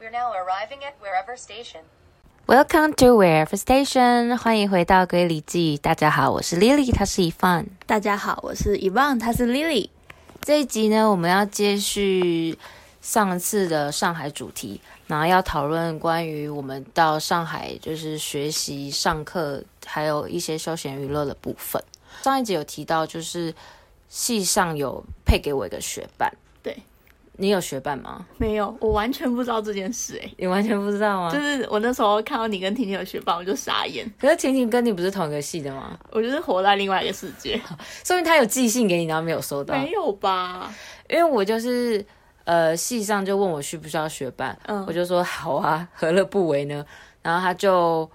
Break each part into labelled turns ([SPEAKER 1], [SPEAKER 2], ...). [SPEAKER 1] We're now arriving at wherever station.
[SPEAKER 2] Welcome to Wherever Station，欢迎回到《归离记》。大家好，我是 Lily，她是 Efun。
[SPEAKER 3] 大家好，我是 e v a n 她是 Lily。
[SPEAKER 2] 这一集呢，我们要接续上次的上海主题，然后要讨论关于我们到上海就是学习、上课，还有一些休闲娱乐的部分。上一集有提到，就是系上有配给我一个学伴，
[SPEAKER 3] 对，
[SPEAKER 2] 你有学伴吗？
[SPEAKER 3] 没有，我完全不知道这件事、欸，
[SPEAKER 2] 你完全不知道吗？
[SPEAKER 3] 哎，就是我那时候看到你跟婷婷有学伴，我就傻眼，
[SPEAKER 2] 可是婷婷跟你不是同一个系的吗？
[SPEAKER 3] 我就是活在另外一个世界。
[SPEAKER 2] 说明她有寄信给你，然后没有收到。
[SPEAKER 3] 没有吧？
[SPEAKER 2] 因为我就是呃，系上就问我需不需要学伴，
[SPEAKER 3] 嗯
[SPEAKER 2] 我就说好啊，何乐不为呢？然后他就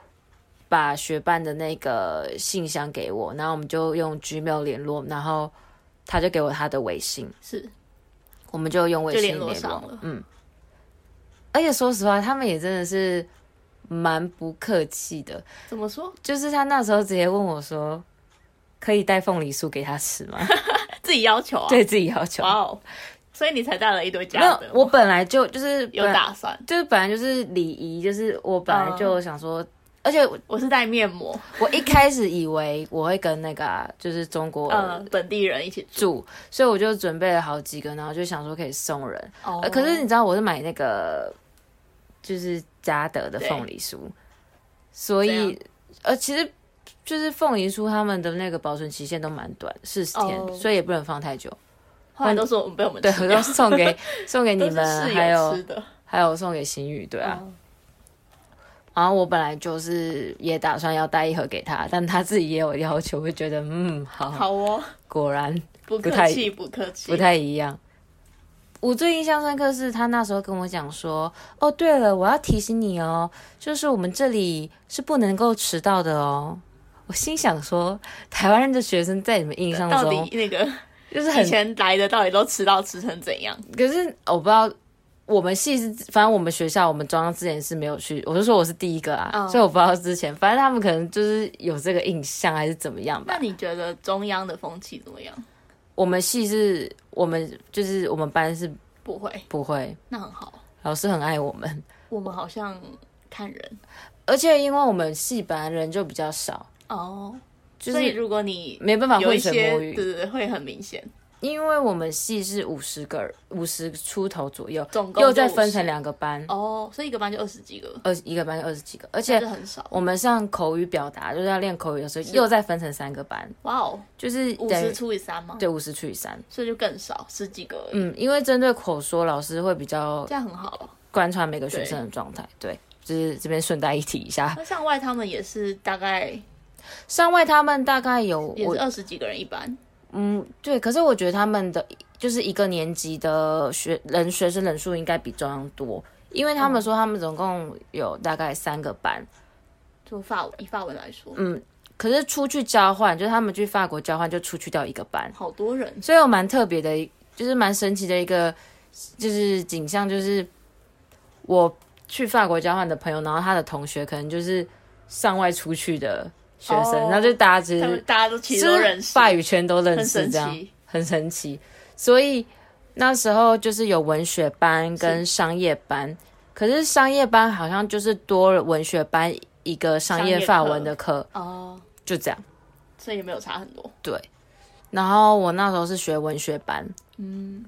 [SPEAKER 2] 把学伴的那个信箱给我，然后我们就用 Gmail 联络，然后他就给我他的微信，
[SPEAKER 3] 是，
[SPEAKER 2] 我们就用微信
[SPEAKER 3] 就
[SPEAKER 2] 联
[SPEAKER 3] 联络上了
[SPEAKER 2] 嗯，而且说实话，他们也真的是蛮不客气的，
[SPEAKER 3] 怎么说？
[SPEAKER 2] 就是他那时候直接问我说。可以带凤梨酥给他吃吗？
[SPEAKER 3] 自己要求啊？，
[SPEAKER 2] 对自己要求。
[SPEAKER 3] 哇哦，所以你才带了一堆
[SPEAKER 2] 没
[SPEAKER 3] 家
[SPEAKER 2] 有
[SPEAKER 3] 的，，
[SPEAKER 2] 我啊本来就就是
[SPEAKER 3] 有
[SPEAKER 2] 本来
[SPEAKER 3] 打算。
[SPEAKER 2] 就是本来就是礼仪，就是我本
[SPEAKER 3] 嗯
[SPEAKER 2] 来就想说，而且我
[SPEAKER 3] 我是带面膜，
[SPEAKER 2] 我一开始以为我会跟那个啊、就是中国
[SPEAKER 3] 呃，本地人一起住。
[SPEAKER 2] 住，所以我就准备了好几个，然后就想说可以送人。
[SPEAKER 3] 哦
[SPEAKER 2] 呃可是你知道我是买那个就是嘉德的凤梨酥，所
[SPEAKER 3] 怎
[SPEAKER 2] 以
[SPEAKER 3] 样
[SPEAKER 2] 呃其实。就是凤梨酥，他们的那个保存期限都蛮短，四十天
[SPEAKER 3] 哦
[SPEAKER 2] 所以也不能放太 久。
[SPEAKER 3] 后来都说我们被我们
[SPEAKER 2] 对，
[SPEAKER 3] 吃
[SPEAKER 2] 我
[SPEAKER 3] 掉
[SPEAKER 2] 都送给送给你
[SPEAKER 3] 都是
[SPEAKER 2] 们，
[SPEAKER 3] 室
[SPEAKER 2] 还
[SPEAKER 3] 友
[SPEAKER 2] 有哦
[SPEAKER 3] 吃的。
[SPEAKER 2] 还有送给新宇，对啊。
[SPEAKER 3] 哦
[SPEAKER 2] 然后我本来就是也打算要带一盒给他，但他自己也有要求，会觉得嗯好，
[SPEAKER 3] 好哦，
[SPEAKER 2] 果然
[SPEAKER 3] 不
[SPEAKER 2] 不
[SPEAKER 3] 客
[SPEAKER 2] 太
[SPEAKER 3] 气，不客气，
[SPEAKER 2] 不太一样。我最印象深刻是他那时候跟我讲说：“哦，对了，我要提醒你哦，就是我们这里是不能够迟到的哦。”我心想说，台湾人的学生在你们印象
[SPEAKER 3] 到
[SPEAKER 2] 中
[SPEAKER 3] 底那个
[SPEAKER 2] 就是很
[SPEAKER 3] 以前来的到底都吃到吃成怎样？
[SPEAKER 2] 可是哦我不知道，我们系是，反正我们学校我们中央之前是没有去，我就说我是第一个啊，
[SPEAKER 3] 嗯
[SPEAKER 2] 所以我不知道之前，反正他们可能就是有这个印象啊还是怎么样
[SPEAKER 3] 那
[SPEAKER 2] 吧。
[SPEAKER 3] 你觉得中央的风气怎么样？
[SPEAKER 2] 我们系是我们就是我们班是
[SPEAKER 3] 不会，
[SPEAKER 2] 不会，
[SPEAKER 3] 那很好。
[SPEAKER 2] 老师很爱我们，
[SPEAKER 3] 我们好像看人
[SPEAKER 2] 而且因为我们系本来人就比较少，
[SPEAKER 3] 哦，
[SPEAKER 2] 就
[SPEAKER 3] 所以
[SPEAKER 2] 是
[SPEAKER 3] 如果你
[SPEAKER 2] 没办法
[SPEAKER 3] 有
[SPEAKER 2] 浑
[SPEAKER 3] 一
[SPEAKER 2] 水
[SPEAKER 3] 些
[SPEAKER 2] 摸
[SPEAKER 3] 对
[SPEAKER 2] 鱼，
[SPEAKER 3] 对对，会很明显。
[SPEAKER 2] 因为我们系是五十个人，五十出头左右，
[SPEAKER 3] 总共
[SPEAKER 2] 又再分
[SPEAKER 3] 50
[SPEAKER 2] 成两个班，
[SPEAKER 3] 哦，所以一个班就二十几个，
[SPEAKER 2] 二一个班就二十几个，而
[SPEAKER 3] 这
[SPEAKER 2] 且
[SPEAKER 3] 是很少。
[SPEAKER 2] 我们上口语表达就是要练口语的时候，又再分成三个班。
[SPEAKER 3] 哇哦，
[SPEAKER 2] 就是
[SPEAKER 3] 五
[SPEAKER 2] 等于
[SPEAKER 3] 十除以三吗？
[SPEAKER 2] 对五十除以三。
[SPEAKER 3] 所以就更少，十几个而已，
[SPEAKER 2] 嗯，因为针对口说，老师会比较
[SPEAKER 3] 这样很好啊。
[SPEAKER 2] 观察每个学生的状态。对，就是这边顺带一提一下，
[SPEAKER 3] 那上外他们也是大概
[SPEAKER 2] 上外他们大概有
[SPEAKER 3] 也
[SPEAKER 2] 我
[SPEAKER 3] 是二十几个人一班，
[SPEAKER 2] 嗯对，可是我觉得他们的就是一个年级的学人学生人数应该比中央多，因为他
[SPEAKER 3] 嗯
[SPEAKER 2] 们说他们总共有大概三个班。
[SPEAKER 3] 就法文以法文来说，
[SPEAKER 2] 嗯，可是出去交换，就是他们去法国交换就出去掉一个班，
[SPEAKER 3] 好多人。
[SPEAKER 2] 所以我蛮特别的一，就是蛮神奇的一个，就是景象，就是我去法国交换的朋友，然后他的同学可能就是上外出去的学生，
[SPEAKER 3] 哦
[SPEAKER 2] 然后就大家其
[SPEAKER 3] 他们
[SPEAKER 2] 实
[SPEAKER 3] 大家都其实
[SPEAKER 2] 就
[SPEAKER 3] 都
[SPEAKER 2] 是
[SPEAKER 3] 认识，
[SPEAKER 2] 法语圈都认
[SPEAKER 3] 很
[SPEAKER 2] 识，
[SPEAKER 3] 神
[SPEAKER 2] 这样
[SPEAKER 3] 奇。
[SPEAKER 2] 很神奇。所以那时候就是有文学班跟商业班，可是商业班好像就是多了文学班一个商业
[SPEAKER 3] 商业
[SPEAKER 2] 法
[SPEAKER 3] 课
[SPEAKER 2] 文的课，
[SPEAKER 3] 哦，
[SPEAKER 2] 就这样。
[SPEAKER 3] 所以也没有差很多。
[SPEAKER 2] 对，然后我那时候是学文学班，
[SPEAKER 3] 嗯，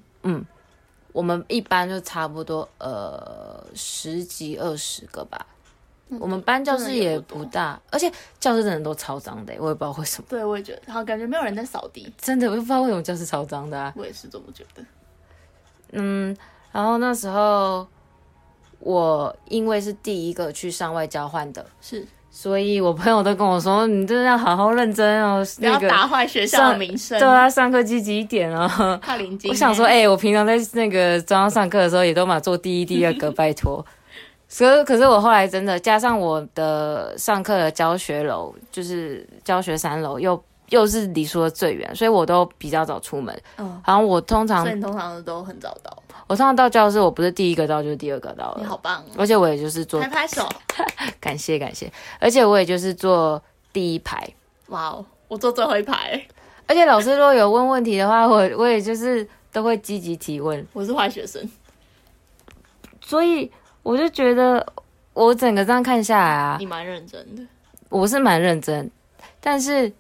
[SPEAKER 2] 我们一般就差不多呃十几二十个吧。
[SPEAKER 3] 嗯
[SPEAKER 2] 我们班教室也不大，而且教室真的都超脏的，我也不知道为什么，
[SPEAKER 3] 对，我也觉得，好，感觉没有人在扫地，
[SPEAKER 2] 真的我也不知道为什么教室超脏的啊。
[SPEAKER 3] 我也是这么觉得。
[SPEAKER 2] 嗯，然后那时候我因为是第一个去上外交换的，
[SPEAKER 3] 是，
[SPEAKER 2] 所以我朋友都跟我说，你真的要好好认真哦，
[SPEAKER 3] 不
[SPEAKER 2] 那
[SPEAKER 3] 要
[SPEAKER 2] 个
[SPEAKER 3] 打坏学校的名声，
[SPEAKER 2] 对，啊，上课积极一点哦。
[SPEAKER 3] 怕领巾。
[SPEAKER 2] 我想说，哎、我平常在那个中央上课的时候，也都嘛做第一、第二 个，拜托。所以，可是我后来真的加上我的上课的教学楼，就是教学三楼，又又是离说最远，所以我都比较早出门。
[SPEAKER 3] 嗯，
[SPEAKER 2] 好像我通常
[SPEAKER 3] 所以你通常都很早到，
[SPEAKER 2] 我通常到教室，我不是第一个到就是第二个到
[SPEAKER 3] 你
[SPEAKER 2] 了，
[SPEAKER 3] 好棒哦，
[SPEAKER 2] 而且我也就是坐
[SPEAKER 3] 拍拍手，
[SPEAKER 2] 感谢感谢，而且我也就是坐第一排。
[SPEAKER 3] 哇哦，我坐最后一排，
[SPEAKER 2] 而且老师如果有问问题的话，我我也就是都会积极提问。
[SPEAKER 3] 我是坏学生，
[SPEAKER 2] 所以我就觉得我整个这样看下来啊
[SPEAKER 3] 你，蛮认真的，
[SPEAKER 2] 我是蛮认真，但是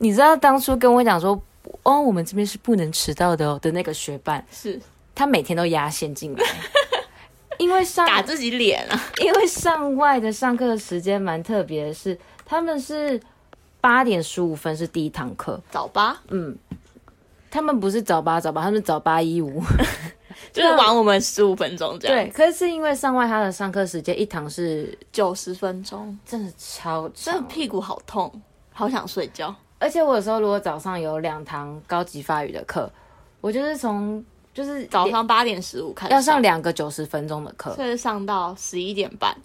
[SPEAKER 2] 你知道当初跟我讲说，哦，我们这边是不能迟到的哦的那个学伴，
[SPEAKER 3] 是
[SPEAKER 2] 他每天都压线进来，因为上
[SPEAKER 3] 打自己脸啊，
[SPEAKER 2] 因为上外的上课时间蛮特别的是，他们是八点十五分是第一堂课，
[SPEAKER 3] 早八，
[SPEAKER 2] 嗯，他们不是早八早八，他们是早八一五。
[SPEAKER 3] 就是玩我们十五分钟这样，
[SPEAKER 2] 对，，可是因为上外他的上课时间一堂是
[SPEAKER 3] 九十分钟，
[SPEAKER 2] 真的超
[SPEAKER 3] 真
[SPEAKER 2] 长
[SPEAKER 3] 的，屁股好痛，好想睡觉，
[SPEAKER 2] 而且我有时候如果早上有两堂高级法语的课，我就是从就是
[SPEAKER 3] 早上八点十五开始
[SPEAKER 2] 要上，两个九十分钟的课，
[SPEAKER 3] 所以上到十一点半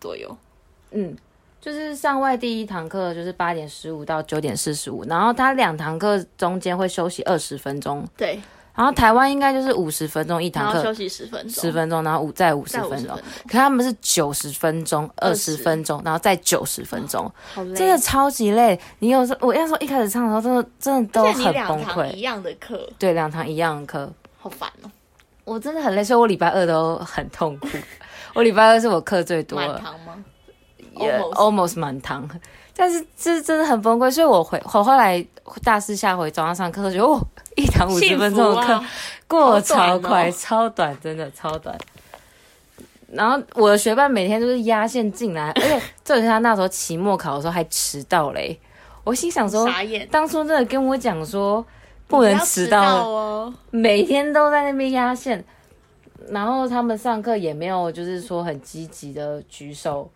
[SPEAKER 3] 左右，
[SPEAKER 2] 嗯，就是上外第一堂课就是八点十五到九点四十五，然后他两堂课中间会休息二十分钟，
[SPEAKER 3] 对，
[SPEAKER 2] 然后台湾应该就是五十分钟一
[SPEAKER 3] 然
[SPEAKER 2] 堂
[SPEAKER 3] 后休
[SPEAKER 2] 课，
[SPEAKER 3] 息十分钟，
[SPEAKER 2] 十分钟，然后五再五十
[SPEAKER 3] 再五
[SPEAKER 2] 分
[SPEAKER 3] 十
[SPEAKER 2] 钟
[SPEAKER 3] 分，钟，
[SPEAKER 2] 可他们是九十分钟、二十
[SPEAKER 3] 20
[SPEAKER 2] 分钟，然后再九十分钟，
[SPEAKER 3] 好累，
[SPEAKER 2] 真的超级累。你有时候我要说一开始唱的时候，真的真的都
[SPEAKER 3] 而且你
[SPEAKER 2] 很
[SPEAKER 3] 两
[SPEAKER 2] 崩
[SPEAKER 3] 堂一
[SPEAKER 2] 溃。
[SPEAKER 3] 样的课，
[SPEAKER 2] 对，两堂一样的课，
[SPEAKER 3] 好烦哦，
[SPEAKER 2] 我真的很累，所以我礼拜二都很痛 苦。我礼拜二是我课最多
[SPEAKER 3] 满
[SPEAKER 2] 了，
[SPEAKER 3] 堂吗？
[SPEAKER 2] 也哦
[SPEAKER 3] almost
[SPEAKER 2] almost 满堂，但是这真的很崩溃。所以我回我后来大四下回早上上课，我觉得哦，一堂五十
[SPEAKER 3] 幸
[SPEAKER 2] 分
[SPEAKER 3] 福
[SPEAKER 2] 钟的课、
[SPEAKER 3] 啊！
[SPEAKER 2] 过
[SPEAKER 3] 好
[SPEAKER 2] 超
[SPEAKER 3] 短
[SPEAKER 2] 快，
[SPEAKER 3] 哦
[SPEAKER 2] 超短，真的超短。然后我的学伴每天都是压线进来，而且重点是他那时候期末考的时候还迟到嘞。我心想说，
[SPEAKER 3] 傻眼，
[SPEAKER 2] 当初真的跟我讲说不能
[SPEAKER 3] 要
[SPEAKER 2] 迟
[SPEAKER 3] 迟
[SPEAKER 2] 到，
[SPEAKER 3] 哦。
[SPEAKER 2] 每天都在那边压线。然后他们上课也没有就是说很积极的举手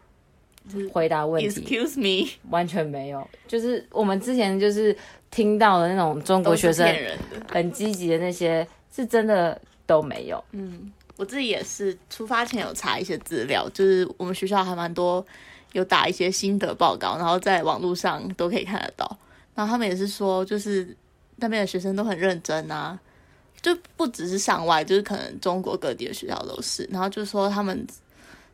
[SPEAKER 2] 回答问题，
[SPEAKER 3] 嗯 Excuse me，
[SPEAKER 2] 完全没有。就是我们之前就是听到的那种中国
[SPEAKER 3] 都
[SPEAKER 2] 学
[SPEAKER 3] 是
[SPEAKER 2] 生
[SPEAKER 3] 骗人的。
[SPEAKER 2] 很积极的那些，是真的都没有。
[SPEAKER 3] 嗯，我自己也是，出发前有查一些资料，就是我们学校还蛮多有打一些心得报告，然后在网络上都可以看得到。然后他们也是说，就是那边的学生都很认真啊，就不只是上外，就是可能中国各地的学校都是。然后就说他们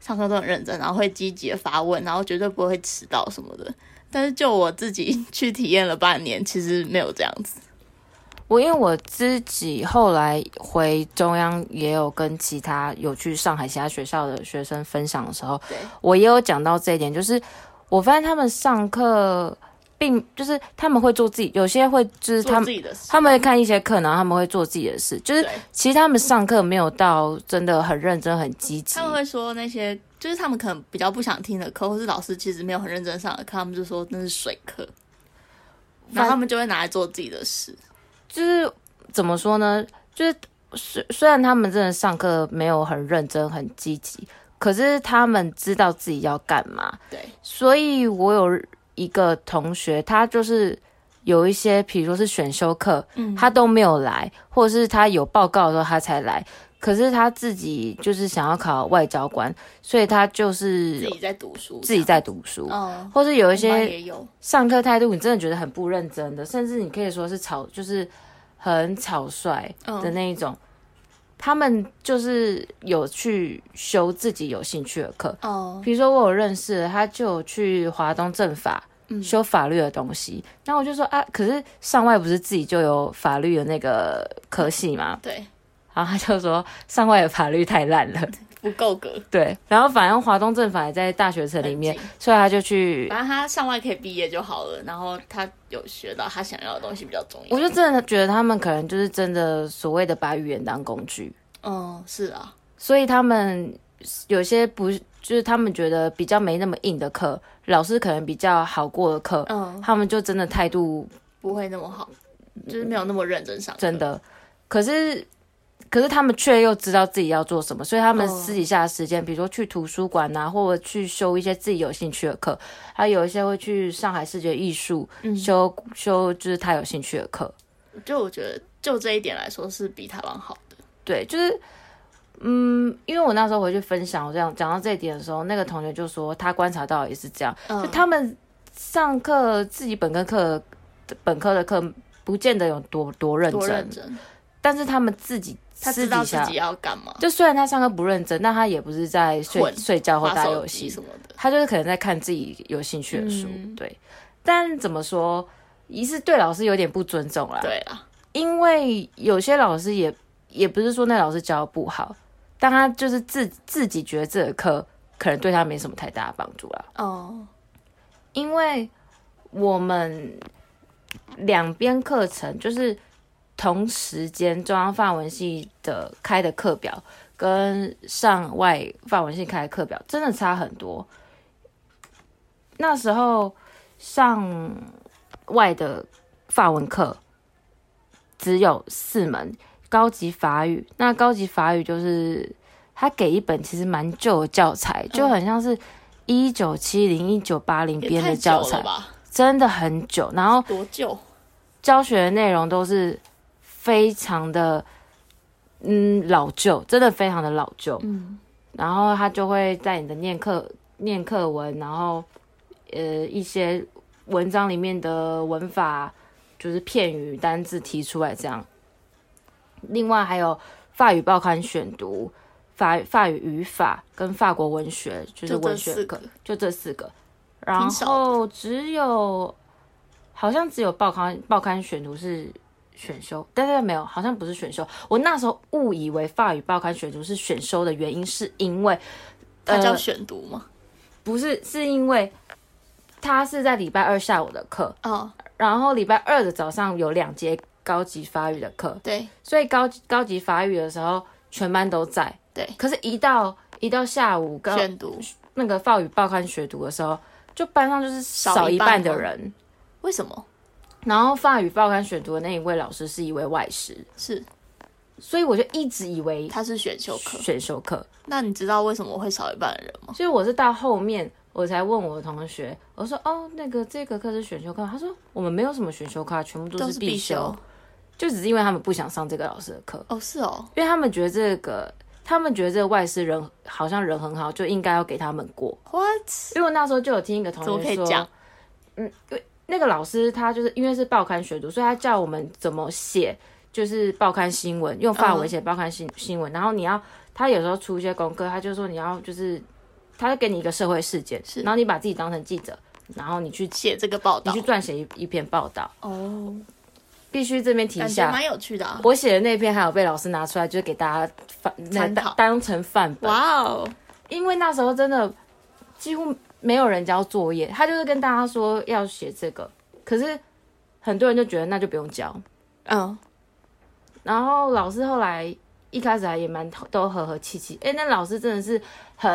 [SPEAKER 3] 上课都很认真，然后会积极的发问，然后绝对不会迟到什么的。但是就我自己去体验了半年，其实没有这样子。
[SPEAKER 2] 我因为我自己后来回中央，也有跟其他有去上海其他学校的学生分享的时候，
[SPEAKER 3] 对，
[SPEAKER 2] 我也有讲到这一点，就是我发现他们上课并就是他们会做自己，有些会就是他
[SPEAKER 3] 做
[SPEAKER 2] 们
[SPEAKER 3] 自己的事。
[SPEAKER 2] 他们会看一些课，然后他们会做自己的事，就是
[SPEAKER 3] 对
[SPEAKER 2] 其实他们上课没有到真的很认真、很积极
[SPEAKER 3] 他。们会说那些，就是他们可能比较不想听的课，或是老师其实没有很认真上的课，他们就说那是水课，然后他们就会拿来做自己的事。
[SPEAKER 2] 就是怎么说呢？就是虽虽然他们真的上课没有很认真、很积极，可是他们知道自己要干嘛。
[SPEAKER 3] 对，
[SPEAKER 2] 所以我有一个同学，他就是有一些，比如说是选修课，
[SPEAKER 3] 嗯
[SPEAKER 2] 他都没有来，或者是他有报告的时候他才来。可是他自己就是想要考外交官，所以他就是
[SPEAKER 3] 自己在读书，
[SPEAKER 2] 自己在读书，
[SPEAKER 3] 嗯，
[SPEAKER 2] 或是有一
[SPEAKER 3] 我们班
[SPEAKER 2] 些
[SPEAKER 3] 也有，
[SPEAKER 2] 上课态度你真的觉得很不认真的，甚至你可以说是草，就是很草率的
[SPEAKER 3] 嗯，
[SPEAKER 2] 那一种。他们就是有去修自己有兴趣的课，
[SPEAKER 3] 哦，
[SPEAKER 2] 比如说我有认识的，他就有去华东政法
[SPEAKER 3] 嗯
[SPEAKER 2] 修法律的东西，然后我就说啊，可是上外不是自己就有法律的那个科系吗？
[SPEAKER 3] 对，
[SPEAKER 2] 然后他就说上外的法律太烂了，
[SPEAKER 3] 不够格。
[SPEAKER 2] 对，然后反正华东政法也在大学城里面
[SPEAKER 3] 很，近
[SPEAKER 2] 所以他就去，
[SPEAKER 3] 反正他上外可以毕业就好了，然后他有学到他想要的东西比较重要。
[SPEAKER 2] 我就真的觉得他们可能就是真的所谓的把语言当工具，
[SPEAKER 3] 嗯，是啊，
[SPEAKER 2] 所以他们有些不就是他们觉得比较没那么硬的课，老师可能比较好过的课，
[SPEAKER 3] 嗯，
[SPEAKER 2] 他们就真的态度
[SPEAKER 3] 不会那么好，就是没有那么认真上
[SPEAKER 2] 嗯
[SPEAKER 3] 课。
[SPEAKER 2] 真的。可是，可是他们却又知道自己要做什么，所以他们
[SPEAKER 3] 哦
[SPEAKER 2] 私底下的时间，比如说去图书馆啊，或者去修一些自己有兴趣的课，还有一些会去上海视觉艺术、
[SPEAKER 3] 嗯
[SPEAKER 2] 修修，就是他有兴趣的课。
[SPEAKER 3] 就我觉得就这一点来说是比台湾好的。
[SPEAKER 2] 对，就是。嗯，因为我那时候回去分享，我这样讲到这一点的时候，那个同学就说他观察到也是这样，
[SPEAKER 3] 嗯
[SPEAKER 2] 就他们上课自己本科课本科的课不见得有多多认真，
[SPEAKER 3] 多认真，
[SPEAKER 2] 但是他们自己
[SPEAKER 3] 他
[SPEAKER 2] 私
[SPEAKER 3] 知
[SPEAKER 2] 底
[SPEAKER 3] 道自
[SPEAKER 2] 下
[SPEAKER 3] 己要干嘛，
[SPEAKER 2] 就虽然他上课不认真，但他也不是在睡
[SPEAKER 3] 混
[SPEAKER 2] 睡觉或
[SPEAKER 3] 划
[SPEAKER 2] 打
[SPEAKER 3] 手
[SPEAKER 2] 游
[SPEAKER 3] 机
[SPEAKER 2] 戏，
[SPEAKER 3] 什么的。
[SPEAKER 2] 他就是可能在看自己有兴趣的书。
[SPEAKER 3] 嗯
[SPEAKER 2] 对，但怎么说，一是对老师有点不尊重啦。，
[SPEAKER 3] 对啦，
[SPEAKER 2] 因为有些老师也也不是说那老师教得不好，但他就是自自己觉得这个课可能对他没什么太大的帮助啦，
[SPEAKER 3] 哦，
[SPEAKER 2] 因为我们两边课程就是同时间中央法文系的开的课表跟上外法文系开的课表真的差很多。那时候上外的法文课只有四门，高级法语，那高级法语就是他给一本其实蛮旧的教材，就很像是一九七零、一九八零
[SPEAKER 3] 嗯也
[SPEAKER 2] 编
[SPEAKER 3] 太
[SPEAKER 2] 的
[SPEAKER 3] 久
[SPEAKER 2] 教
[SPEAKER 3] 了
[SPEAKER 2] 材，
[SPEAKER 3] 吧？
[SPEAKER 2] 真的很久。然后
[SPEAKER 3] 多久？
[SPEAKER 2] 教学的内容都是非常的，嗯，老旧，真的非常的老旧。
[SPEAKER 3] 嗯，
[SPEAKER 2] 然后他就会在你的念课念课文，然后呃一些文章里面的文法就是片语、单字提出来这样。另外还有法语报刊选读、法法语语法跟法国文学，就是
[SPEAKER 3] 就这
[SPEAKER 2] 文学
[SPEAKER 3] 四
[SPEAKER 2] 课
[SPEAKER 3] 个，
[SPEAKER 2] 就这四个。然
[SPEAKER 3] 少的
[SPEAKER 2] 后只有好像只有报刊报刊选读是选修，但是没有，好像不是选修。我那时候误以为法语报刊选读是选修的原因，是因为
[SPEAKER 3] 它叫
[SPEAKER 2] 呃
[SPEAKER 3] 选读吗？
[SPEAKER 2] 不是，是因为他是在礼拜二下午的课，
[SPEAKER 3] 哦，
[SPEAKER 2] 然后礼拜二的早上有两节高级法语的课，
[SPEAKER 3] 对
[SPEAKER 2] 所以高高级法语的时候全班都在，
[SPEAKER 3] 对，
[SPEAKER 2] 可是，一到一到下午高
[SPEAKER 3] 选读
[SPEAKER 2] 那个法语报刊学读的时候，就班上就是少
[SPEAKER 3] 少
[SPEAKER 2] 一
[SPEAKER 3] 一
[SPEAKER 2] 半
[SPEAKER 3] 半哦
[SPEAKER 2] 的
[SPEAKER 3] 吗
[SPEAKER 2] 人。
[SPEAKER 3] 为什么
[SPEAKER 2] 然后法语报刊选读的那一位老师是一位外师，
[SPEAKER 3] 是
[SPEAKER 2] 所以我就一直以为
[SPEAKER 3] 它是选修课？
[SPEAKER 2] 选修课，
[SPEAKER 3] 那你知道为什么会少一半的人吗？
[SPEAKER 2] 所以我是到后面我才问我的同学，我说哦，那个这个课是选修课吗，他说我们没有什么选修课啊，全部
[SPEAKER 3] 都
[SPEAKER 2] 都
[SPEAKER 3] 是
[SPEAKER 2] 是
[SPEAKER 3] 必
[SPEAKER 2] 必
[SPEAKER 3] 修
[SPEAKER 2] 修，就只是因为他们不想上这个老师的课，
[SPEAKER 3] 哦，是哦，
[SPEAKER 2] 因为他们觉得这个他们觉得这个外师人好像人很好，就应该要给他们过，
[SPEAKER 3] what
[SPEAKER 2] 因为我那时候就有听一个同
[SPEAKER 3] 怎么可
[SPEAKER 2] 学
[SPEAKER 3] 以
[SPEAKER 2] 说，
[SPEAKER 3] 讲
[SPEAKER 2] 那个老师他就是因为是报刊学读，所以他叫我们怎么写，就是报刊新闻，用
[SPEAKER 3] 嗯
[SPEAKER 2] 法文写报刊新新闻。然后你要，他有时候出一些功课，他就说你要就是，他就给你一个社会事件，
[SPEAKER 3] 是
[SPEAKER 2] 然后你把自己当成记者，然后你去
[SPEAKER 3] 写这个报
[SPEAKER 2] 你
[SPEAKER 3] 道
[SPEAKER 2] 去撰写一一篇报道。
[SPEAKER 3] 哦，
[SPEAKER 2] 必须这边提一
[SPEAKER 3] 感觉
[SPEAKER 2] 下
[SPEAKER 3] 蛮，有趣的啊！
[SPEAKER 2] 我写的那篇还有被老师拿出来，就是给大家范那
[SPEAKER 3] 参
[SPEAKER 2] 当
[SPEAKER 3] 考
[SPEAKER 2] 当成范本。
[SPEAKER 3] 哇哦，
[SPEAKER 2] 因为那时候真的几乎没有人交作业，他就是跟大家说要写这个，可是很多人就觉得那就不用交。
[SPEAKER 3] 嗯，
[SPEAKER 2] 然后老师后来一开始还也蛮都和和气气，哎，那老师真的是很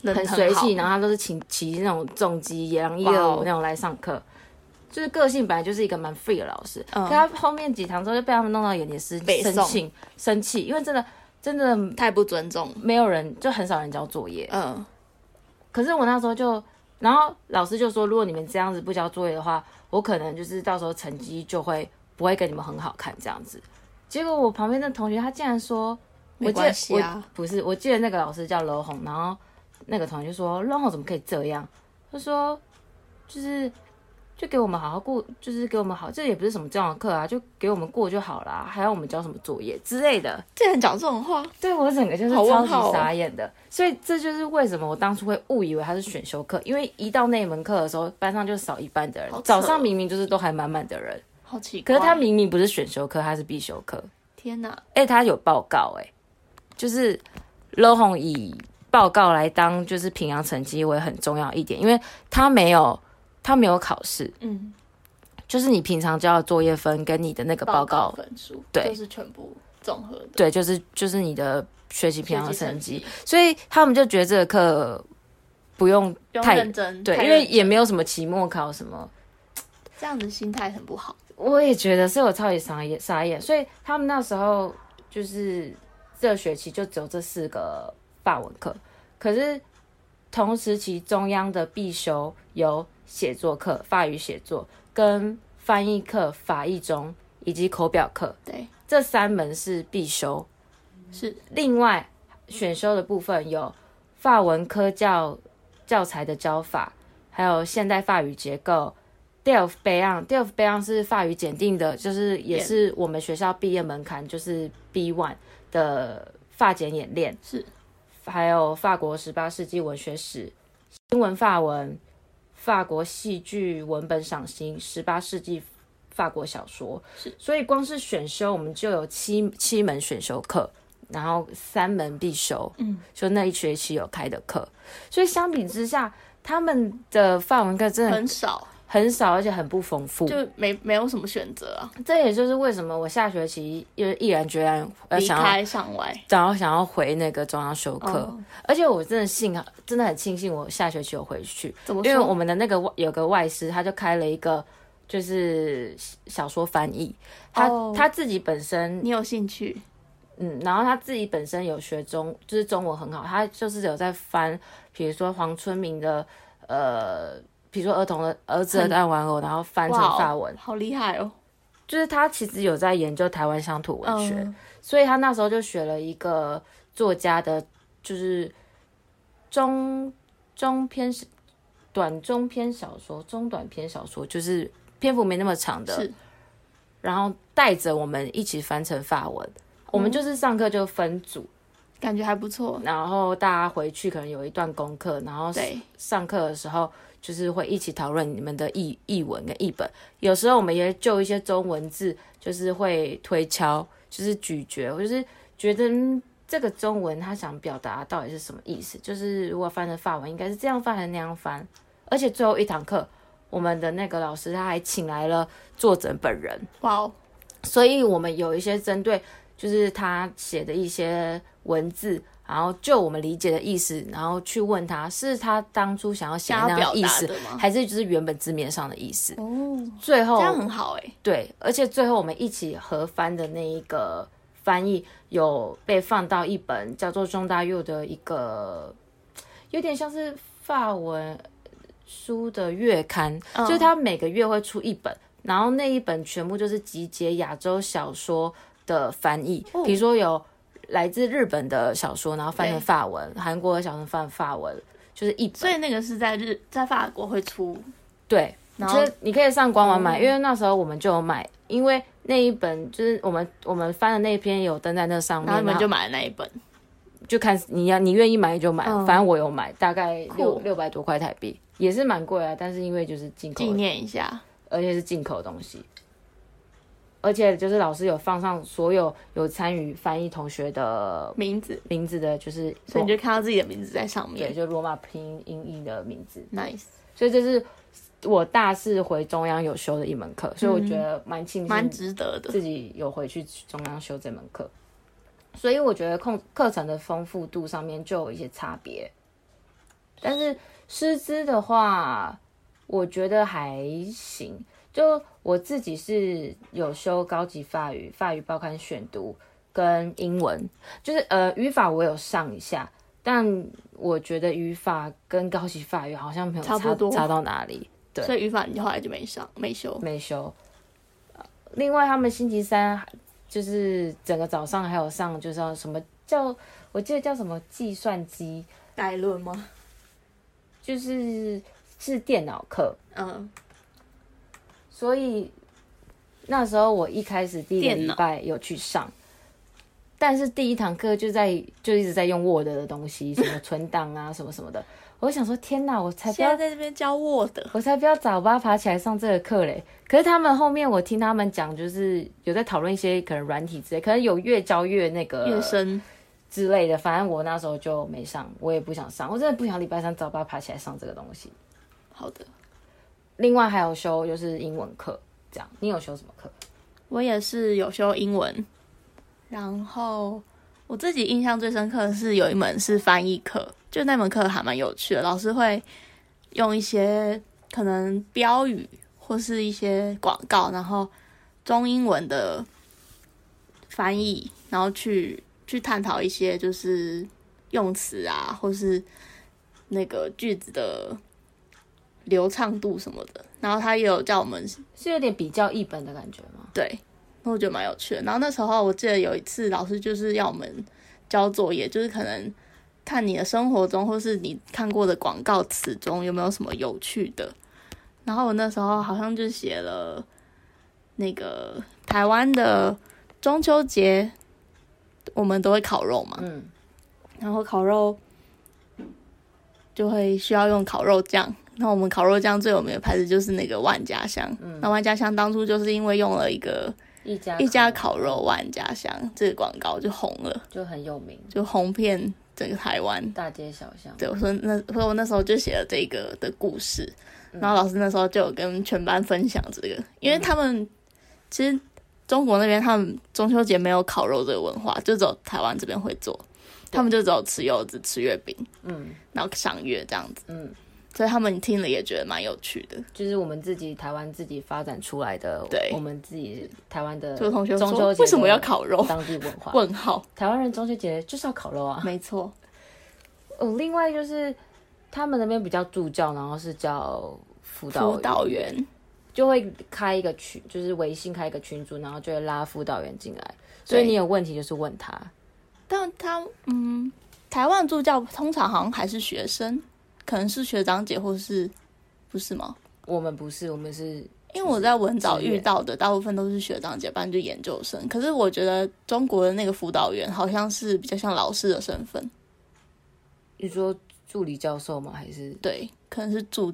[SPEAKER 3] 人
[SPEAKER 2] 很随
[SPEAKER 3] 好
[SPEAKER 2] 性，然后他都是骑骑那种重机、野狼一
[SPEAKER 3] 哇
[SPEAKER 2] 二
[SPEAKER 3] 哦
[SPEAKER 2] 五那种来上课，就是个性本来就是一个蛮 free 的老师，
[SPEAKER 3] 嗯
[SPEAKER 2] 可他后面几堂之后就被他们弄到眼里是
[SPEAKER 3] 北
[SPEAKER 2] 生
[SPEAKER 3] 宋
[SPEAKER 2] 气生气，因为真的真的
[SPEAKER 3] 太不尊重。
[SPEAKER 2] 没有人就很少人交作业，
[SPEAKER 3] 嗯，
[SPEAKER 2] 可是我那时候就，然后老师就说，如果你们这样子不交作业的话，我可能就是到时候成绩就会不会跟你们很好看这样子。结果我旁边的同学他竟然说，
[SPEAKER 3] 没
[SPEAKER 2] 我记
[SPEAKER 3] 关
[SPEAKER 2] 得
[SPEAKER 3] 系
[SPEAKER 2] 我
[SPEAKER 3] 啊，
[SPEAKER 2] 不是，我记得那个老师叫罗红，然后那个同学就说罗红怎么可以这样？他说就是就给我们好好过，就是给我们好，这也不是什么重要的课啊，就给我们过就好啦，还要我们交什么作业之类的。
[SPEAKER 3] 竟然讲这种话，
[SPEAKER 2] 对我整个就是
[SPEAKER 3] 好
[SPEAKER 2] 超
[SPEAKER 3] 问号
[SPEAKER 2] 级
[SPEAKER 3] 哦
[SPEAKER 2] 傻眼的，所以这就是为什么我当初会误以为它是选修课，因为一到那门课的时候，班上就少一半的人
[SPEAKER 3] 好，扯
[SPEAKER 2] 早
[SPEAKER 3] 哦
[SPEAKER 2] 上明明就是都还满满的人，
[SPEAKER 3] 好奇
[SPEAKER 2] 可
[SPEAKER 3] 怪。
[SPEAKER 2] 是它明明不是选修课，它是必修课，
[SPEAKER 3] 天哪，
[SPEAKER 2] 哎，它有报告、哎，就是 l o h o n 以报告来当就是平阳成绩为很重要一点，因为它没有它没有考试，
[SPEAKER 3] 嗯，
[SPEAKER 2] 就是你平常交的作业分跟你的那个报告，
[SPEAKER 3] 分数
[SPEAKER 2] 对
[SPEAKER 3] 就是全部综合的
[SPEAKER 2] 对，就是就是你的学习平
[SPEAKER 3] 学
[SPEAKER 2] 常
[SPEAKER 3] 习
[SPEAKER 2] 的成
[SPEAKER 3] 成
[SPEAKER 2] 绩
[SPEAKER 3] 绩，，
[SPEAKER 2] 所以他们就觉得这个课不用
[SPEAKER 3] 不用
[SPEAKER 2] 太
[SPEAKER 3] 认真，
[SPEAKER 2] 对，
[SPEAKER 3] 太
[SPEAKER 2] 因为
[SPEAKER 3] 认
[SPEAKER 2] 也没有什么期末考什么。
[SPEAKER 3] 这样子心态很不好。
[SPEAKER 2] 我也觉得，所以我超级傻眼傻眼。所以他们那时候就是这学期就只有这四个法文课，可是同时期中央的必修有写作课、法语写作跟翻译课、法译中以及口表课，
[SPEAKER 3] 对，
[SPEAKER 2] 这三门是必修。
[SPEAKER 3] 是
[SPEAKER 2] 另外选修的部分有法文科教教材的教法，还有现代法语结构。DELF 备案，DELF 备案是法语检定的，就是也是我们学校毕业门槛，就是 B one 的法检演练，
[SPEAKER 3] 是
[SPEAKER 2] 还有法国十八世纪文学史、新闻法文、法国戏剧文本赏析、十八世纪法国小说。
[SPEAKER 3] 是，
[SPEAKER 2] 所以光是选修我们就有七七门选修课，然后三门必修，
[SPEAKER 3] 嗯，
[SPEAKER 2] 就那一学期有开的课，所以相比之下，他们的范文课真的
[SPEAKER 3] 很少，
[SPEAKER 2] 很少，而且很不丰富。
[SPEAKER 3] 就没没有什么选择啊，
[SPEAKER 2] 这也就是为什么我下学期又毅然决然呃
[SPEAKER 3] 离
[SPEAKER 2] 想要，
[SPEAKER 3] 开上外
[SPEAKER 2] 然后想要回那个中央修课，
[SPEAKER 3] 哦
[SPEAKER 2] 而且我真的幸好，真的很庆幸我下学期有回去，
[SPEAKER 3] 怎么
[SPEAKER 2] 因
[SPEAKER 3] 说？
[SPEAKER 2] 为我们的那个外有个外师，他就开了一个就是小说翻译，他、
[SPEAKER 3] 哦
[SPEAKER 2] 他自己本身
[SPEAKER 3] 你有兴趣，
[SPEAKER 2] 嗯，然后他自己本身有学中，就是中文很好，他就是有在翻，比如说黄春明的呃，比如说儿童的儿子的弹玩偶，然后翻成
[SPEAKER 3] 哇哦
[SPEAKER 2] 法文，
[SPEAKER 3] 好厉害哦！
[SPEAKER 2] 就是他其实有在研究台湾乡土文学，
[SPEAKER 3] 嗯
[SPEAKER 2] 所以他那时候就选了一个作家的，就是中中篇小短中篇小说，中短篇小说，就是篇幅没那么长的
[SPEAKER 3] 是，
[SPEAKER 2] 然后带着我们一起翻成法文。我们就是上课就分组，
[SPEAKER 3] 感觉还不错。
[SPEAKER 2] 然后大家回去可能有一段功课，然后
[SPEAKER 3] 对，
[SPEAKER 2] 上课的时候就是会一起讨论你们的译译文跟译本。有时候我们也就一些中文字，就是会推敲，就是咀嚼，我就是觉得嗯这个中文他想表达到底是什么意思。就是如果翻成法文，应该是这样翻还是那样翻。而且最后一堂课，我们的那个老师他还请来了作者本人，
[SPEAKER 3] 哇哦，
[SPEAKER 2] 所以我们有一些针对，就是他写的一些文字，然后就我们理解的意思，然后去问他是他当初想要写的
[SPEAKER 3] 想要
[SPEAKER 2] 那样
[SPEAKER 3] 表
[SPEAKER 2] 的意
[SPEAKER 3] 达
[SPEAKER 2] 思，
[SPEAKER 3] 的吗？
[SPEAKER 2] 还是就是原本字面上的意思。
[SPEAKER 3] 哦，
[SPEAKER 2] 最
[SPEAKER 3] 这
[SPEAKER 2] 后
[SPEAKER 3] 样很好哎，
[SPEAKER 2] 对，而且最后我们一起合翻的那一个翻译有被放到一本叫做中大佑的一个，有点像是法文书的月刊，
[SPEAKER 3] 嗯
[SPEAKER 2] 就是它每个月会出一本，然后那一本全部就是集结亚洲小说的翻译，
[SPEAKER 3] 哦
[SPEAKER 2] 比如说有来自日本的小说，然后翻成
[SPEAKER 3] 对
[SPEAKER 2] 法文；韩国的小说翻成法文，就是一
[SPEAKER 3] 所
[SPEAKER 2] 本。
[SPEAKER 3] 以那个是在日在法国会出，
[SPEAKER 2] 对，
[SPEAKER 3] 然
[SPEAKER 2] 就
[SPEAKER 3] 后
[SPEAKER 2] 是你可以上官网买，
[SPEAKER 3] 哦
[SPEAKER 2] 因为那时候我们就有买，因为那一本就是我们我们翻的那一篇有登在那上面，
[SPEAKER 3] 然后你们就
[SPEAKER 2] 然后
[SPEAKER 3] 买了那一本，
[SPEAKER 2] 就看你要你愿意买就买，
[SPEAKER 3] 嗯
[SPEAKER 2] 反正我有买，大概六
[SPEAKER 3] 酷
[SPEAKER 2] 六百多块台币，也是蛮贵啊，但是因为就是进口
[SPEAKER 3] 纪，念一下。
[SPEAKER 2] 而且是进口东西，而且就是老师有放上所有有参与翻译同学的
[SPEAKER 3] 名字，
[SPEAKER 2] 名字的，就是
[SPEAKER 3] 所以你就看到自己的名字在上
[SPEAKER 2] 对，
[SPEAKER 3] 面。
[SPEAKER 2] 就罗马拼音译的名字，
[SPEAKER 3] Nice，
[SPEAKER 2] 所以这是我大四回中央有修的一门课，所以我觉得蛮庆幸，
[SPEAKER 3] 嗯蛮值得的。
[SPEAKER 2] 自己有回去中央修这门课，所以我觉得控课程的丰富度上面就有一些差别。但是师资的话，我觉得还行。就我自己是有修高级法语、法语报刊选读跟英文，就是呃语法我有上一下，但我觉得语法跟高级法语好像没有
[SPEAKER 3] 差不多
[SPEAKER 2] 差到哪里。对
[SPEAKER 3] 所以语法你后来就没上没修，
[SPEAKER 2] 没修。呃另外，他们星期三就是整个早上还有上，就是要什么叫我记得叫什么计算机，
[SPEAKER 3] 概论吗？
[SPEAKER 2] 就是是电脑课。
[SPEAKER 3] 嗯，
[SPEAKER 2] 所以那时候我一开始第一个
[SPEAKER 3] 电
[SPEAKER 2] 礼
[SPEAKER 3] 脑
[SPEAKER 2] 拜有去上，但是第一堂课就在就一直在用 Word 的东西，什么存档啊，什么什么的。我想说，天哪，我才不
[SPEAKER 3] 现
[SPEAKER 2] 要
[SPEAKER 3] 在在这边教 Word，
[SPEAKER 2] 我才不要早八爬起来上这个课嘞！可是他们后面我听他们讲，就是有在讨论一些可能软体之类，可能有越教越那个
[SPEAKER 3] 越深
[SPEAKER 2] 之类的。反正我那时候就没上，我也不想上，我真的不想礼拜三早八爬起来上这个东西。
[SPEAKER 3] 好的。
[SPEAKER 2] 另外还有修就是英文课，这样你有修什么课？
[SPEAKER 3] 我也是有修英文，然后我自己印象最深刻的是有一门是翻译课，就那门课还蛮有趣的，老师会用一些可能标语或是一些广告，然后中英文的翻译，然后去去探讨一些就是用词啊，或是那个句子的流畅度什么的，然后他也有叫我们
[SPEAKER 2] 是有点比较译本的感觉吗？
[SPEAKER 3] 对，那我觉得蛮有趣的。然后那时候我记得有一次老师就是要我们交作业，就是可能看你的生活中或是你看过的广告词中有没有什么有趣的。然后我那时候好像就写了那个台湾的中秋节，我们都会烤肉嘛，
[SPEAKER 2] 嗯，
[SPEAKER 3] 然后烤肉就会需要用烤肉酱。那我们烤肉酱最有名的牌子就是那个万家香。那万家香当初就是因为用了一个
[SPEAKER 2] 一家
[SPEAKER 3] 一家烤肉万家香这个广告就红了，
[SPEAKER 2] 就很有名，
[SPEAKER 3] 就红遍整个台湾。
[SPEAKER 2] 大街小巷。
[SPEAKER 3] 对，我说那，所以我那时候就写了这个的故事，
[SPEAKER 2] 嗯
[SPEAKER 3] 然后老师那时候就有跟全班分享这个，因为他们其实中国那边他们中秋节没有烤肉这个文化，就只有台湾这边会做，他们就只有吃柚子、吃月饼，
[SPEAKER 2] 嗯
[SPEAKER 3] 然后赏月这样子，
[SPEAKER 2] 嗯，
[SPEAKER 3] 所以他们听了也觉得蛮有趣的。
[SPEAKER 2] 就是我们自己台湾自己发展出来的，
[SPEAKER 3] 对
[SPEAKER 2] 我们自己台湾的
[SPEAKER 3] 就同学
[SPEAKER 2] 中秋
[SPEAKER 3] 说
[SPEAKER 2] 节
[SPEAKER 3] 为什么要烤肉？
[SPEAKER 2] 当地文化，
[SPEAKER 3] 问号，
[SPEAKER 2] 哦台湾人中秋节就是要烤肉啊。
[SPEAKER 3] 没错，
[SPEAKER 2] 哦，另外就是他们那边比较助教，然后是叫辅导
[SPEAKER 3] 辅导员
[SPEAKER 2] 就会开一个群，就是微信开一个群组，然后就会拉辅导员进来。所以
[SPEAKER 3] 对
[SPEAKER 2] 你有问题就是问他，
[SPEAKER 3] 但他嗯，台湾助教通常好像还是学生，可能是学长姐或是不是吗？
[SPEAKER 2] 我们不是，我们是
[SPEAKER 3] 因为我在文藻
[SPEAKER 2] 职业
[SPEAKER 3] 遇到的大部分都是学长姐，不然就研究生。可是我觉得中国的那个辅导员好像是比较像老师的身份，
[SPEAKER 2] 你说助理教授吗？还是
[SPEAKER 3] 对，可能是助，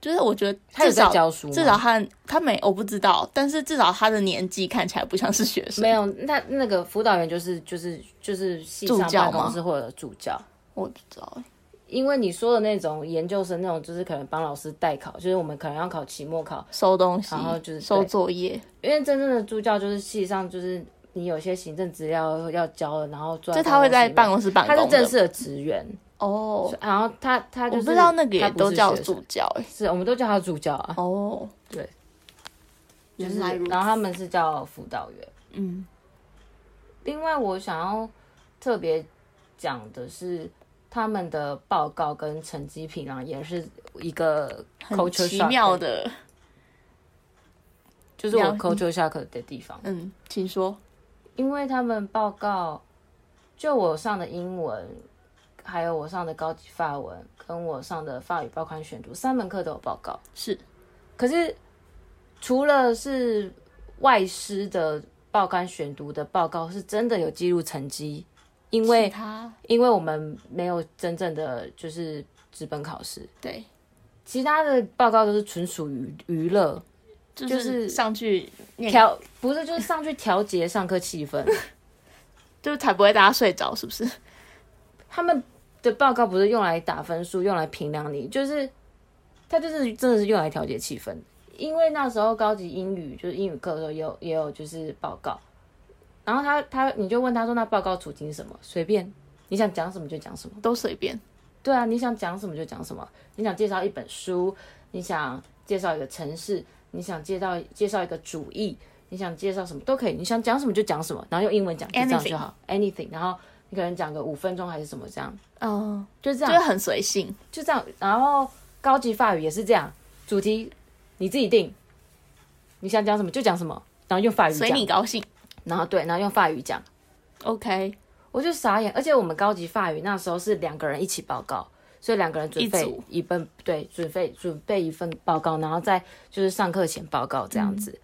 [SPEAKER 3] 就是我觉得
[SPEAKER 2] 他有
[SPEAKER 3] 至
[SPEAKER 2] 在
[SPEAKER 3] 少
[SPEAKER 2] 教书吗？
[SPEAKER 3] 至少他他没我不知道，但是至少他的年纪看起来不像是学生。
[SPEAKER 2] 没有，那那个辅导员就是就是就是系上
[SPEAKER 3] 助教
[SPEAKER 2] 办
[SPEAKER 3] 吗
[SPEAKER 2] 公室或者助教。
[SPEAKER 3] 我不知道欸，
[SPEAKER 2] 因为你说的那种研究生那种，就是可能帮老师代考，就是我们可能要考期末考，
[SPEAKER 3] 收东西，
[SPEAKER 2] 然后就是
[SPEAKER 3] 收
[SPEAKER 2] 对
[SPEAKER 3] 作业，
[SPEAKER 2] 因为真正的助教就是系上就是你有些行政资料要交了，然后坐
[SPEAKER 3] 就他会在办
[SPEAKER 2] 公
[SPEAKER 3] 公室办
[SPEAKER 2] 室里面，
[SPEAKER 3] 公
[SPEAKER 2] 他
[SPEAKER 3] 的，
[SPEAKER 2] 是正式的职员，
[SPEAKER 3] 哦。
[SPEAKER 2] 然后他他
[SPEAKER 3] 我
[SPEAKER 2] 就是
[SPEAKER 3] 不知道那个也
[SPEAKER 2] 他不
[SPEAKER 3] 都
[SPEAKER 2] 是
[SPEAKER 3] 叫
[SPEAKER 2] 学生
[SPEAKER 3] 助教哎、
[SPEAKER 2] 是我们都叫他助教啊，
[SPEAKER 3] 哦，
[SPEAKER 2] 对，就
[SPEAKER 3] 原
[SPEAKER 2] 是
[SPEAKER 3] 来如此
[SPEAKER 2] 然后他们是叫辅导员。
[SPEAKER 3] 嗯，
[SPEAKER 2] 另外，我想要特别讲的是，他们的报告跟成绩平常也是一个
[SPEAKER 3] 很
[SPEAKER 2] culture
[SPEAKER 3] 奇
[SPEAKER 2] shock
[SPEAKER 3] 妙
[SPEAKER 2] 的，
[SPEAKER 3] 的，
[SPEAKER 2] 就是我
[SPEAKER 3] 了
[SPEAKER 2] culture shock 的地方，
[SPEAKER 3] 嗯，请说，
[SPEAKER 2] 因为他们报告，就我上的英文，还有我上的高级法文，跟我上的法语报刊选读，三门课都有报告。
[SPEAKER 3] 是
[SPEAKER 2] 可是除了是外师的报刊选读的报告，是真的有记录成绩，因为
[SPEAKER 3] 其他
[SPEAKER 2] 因为我们没有真正的就是纸本考试，
[SPEAKER 3] 对，
[SPEAKER 2] 其他的报告都是纯属于娱乐，
[SPEAKER 3] 就
[SPEAKER 2] 就是
[SPEAKER 3] 上去念，
[SPEAKER 2] 调不是就是上去调节上课气氛。
[SPEAKER 3] 就是才不会大家睡着，是不是？
[SPEAKER 2] 他们的报告不是用来打分数，用来评量你，就是他就是真的是用来调节气氛。因为那时候高级英语就是英语课的时候，也有也有就是报告，然后他他你就问他说那报告主题是什么，随便你想讲什么就讲什么。
[SPEAKER 3] 都随便，
[SPEAKER 2] 对啊，你想讲什么就讲什么。你想介绍一本书，你想介绍一个城市，你想介绍介绍一个主义，你想介绍什么都可以，你想讲什么就讲什么，然后用英文讲，就这样
[SPEAKER 3] Anything
[SPEAKER 2] 就好。Anything，然后你可能讲个五分钟还是什么这样，
[SPEAKER 3] 哦，
[SPEAKER 2] 就这
[SPEAKER 3] 就
[SPEAKER 2] 样，
[SPEAKER 3] 是很随性，
[SPEAKER 2] 就这样。然后高级法语也是这样，主题你自己定，你想讲什么就讲什么，然后用法语
[SPEAKER 3] 随
[SPEAKER 2] 讲
[SPEAKER 3] 你，高兴。
[SPEAKER 2] 然后对，然后用法语讲。
[SPEAKER 3] OK，
[SPEAKER 2] 我就傻眼，而且我们高级法语那时候是两个人一起报告，所以两个人准
[SPEAKER 3] 一
[SPEAKER 2] 备
[SPEAKER 3] 组
[SPEAKER 2] 一份，对，准备准备一份报告，然后在就是上课前报告这样子。
[SPEAKER 3] 嗯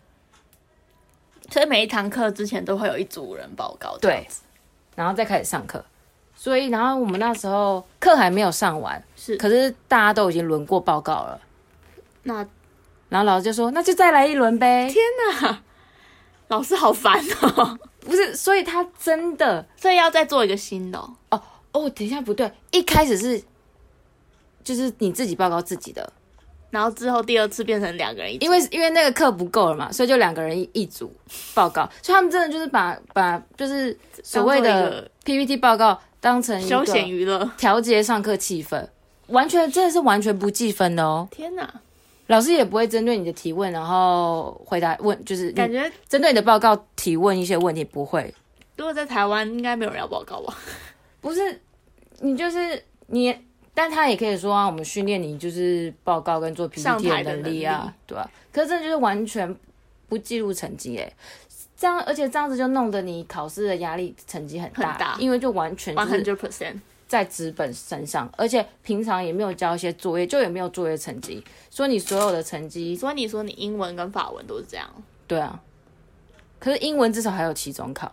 [SPEAKER 3] 所以每一堂课之前都会有一组人报告，
[SPEAKER 2] 对，然后再开始上课。所以，然后我们那时候课还没有上完，
[SPEAKER 3] 是
[SPEAKER 2] 可是大家都已经轮过报告了。
[SPEAKER 3] 那
[SPEAKER 2] 然后老师就说：“那就再来一轮呗。
[SPEAKER 3] 老师好烦哦，”
[SPEAKER 2] 不是，所以他真的
[SPEAKER 3] 所以要再做一个新的、哦，
[SPEAKER 2] 哦哦，等一下不对，一开始是就是你自己报告自己的，
[SPEAKER 3] 然后之后第二次变成两个人一组
[SPEAKER 2] 因为因为那个课不够了嘛，所以就两个人一一组报告，所以他们真的就是把把就是所谓
[SPEAKER 3] 当做一
[SPEAKER 2] 的
[SPEAKER 3] 个
[SPEAKER 2] PPT 报告当成一
[SPEAKER 3] 休闲
[SPEAKER 2] 个
[SPEAKER 3] 娱乐。
[SPEAKER 2] 调节上课气氛，完全真的是完全不计分的哦。
[SPEAKER 3] 天哪，
[SPEAKER 2] 老师也不会针对你的提问，然后回答问，就是
[SPEAKER 3] 感
[SPEAKER 2] 你
[SPEAKER 3] 觉
[SPEAKER 2] 针对你的报告提问一些问题，不会，
[SPEAKER 3] 如果在台湾，应该没有人要报告吧？
[SPEAKER 2] 不是你就是你。但他也可以说啊，我们训练你就是报告跟做
[SPEAKER 3] 上
[SPEAKER 2] PPT
[SPEAKER 3] 台的
[SPEAKER 2] 能力
[SPEAKER 3] 能力
[SPEAKER 2] 啊，对啊。可是这就是完全不记录成绩哎、这样而且这样子就弄得你考试的压力成绩很大，
[SPEAKER 3] 很大
[SPEAKER 2] 因为就完全就
[SPEAKER 3] one
[SPEAKER 2] 是
[SPEAKER 3] hundred percent。
[SPEAKER 2] 在纸本身上，而且平常也没有交一些作业，就也没有作业成绩，所以你所有的成绩，
[SPEAKER 3] 所以你说你英文跟法文都是这样，
[SPEAKER 2] 对啊。可是英文至少还有期中考，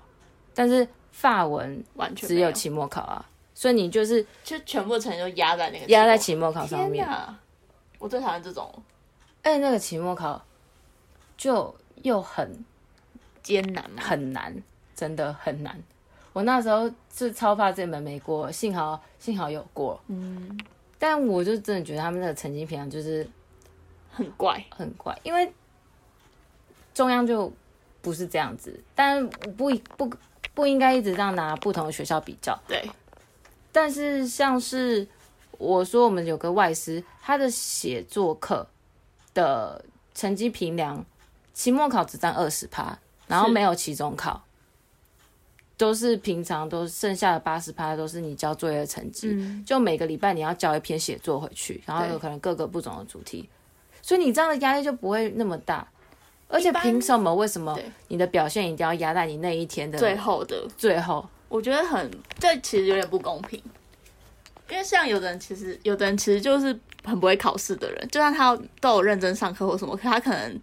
[SPEAKER 2] 但是法文
[SPEAKER 3] 完全
[SPEAKER 2] 只
[SPEAKER 3] 没
[SPEAKER 2] 有
[SPEAKER 3] 有，
[SPEAKER 2] 期末考啊，所以你就是
[SPEAKER 3] 就全部成绩都压在那个
[SPEAKER 2] 压在
[SPEAKER 3] 期
[SPEAKER 2] 期末考
[SPEAKER 3] 末
[SPEAKER 2] 上面
[SPEAKER 3] 天。哪，我最讨厌这种，
[SPEAKER 2] 哎、那个期末考就又很
[SPEAKER 3] 艰难啊嘛。
[SPEAKER 2] 很难，真的很难。我那时候是超怕这门没过，幸好幸好有过。嗯，但我就真的觉得他们的成绩平常就是
[SPEAKER 3] 很怪，
[SPEAKER 2] 很怪，因为中央就不是这样子，但不不不应该一直这样拿不同的学校比较。
[SPEAKER 3] 对，
[SPEAKER 2] 但是像是我说，我们有个外师，他的写作课的成绩评量，期末考只占二十趴，然后
[SPEAKER 3] 是
[SPEAKER 2] 没有期中考，都是平常都剩下的八十趴都是你交作业的成绩，
[SPEAKER 3] 嗯，
[SPEAKER 2] 就每个礼拜你要交一篇写作回去，然后
[SPEAKER 3] 对
[SPEAKER 2] 有可能各个不同的主题，所以你这样的压力就不会那么大。而且
[SPEAKER 3] 一般
[SPEAKER 2] 凭什么？为什么
[SPEAKER 3] 对
[SPEAKER 2] 你的表现一定要压在你那一天的
[SPEAKER 3] 最后的
[SPEAKER 2] 最后？
[SPEAKER 3] 我觉得很，这其实有点不公平，因为像有的人其实，有的人其实就是很不会考试的人，就算他都有认真上课或什么，可他可能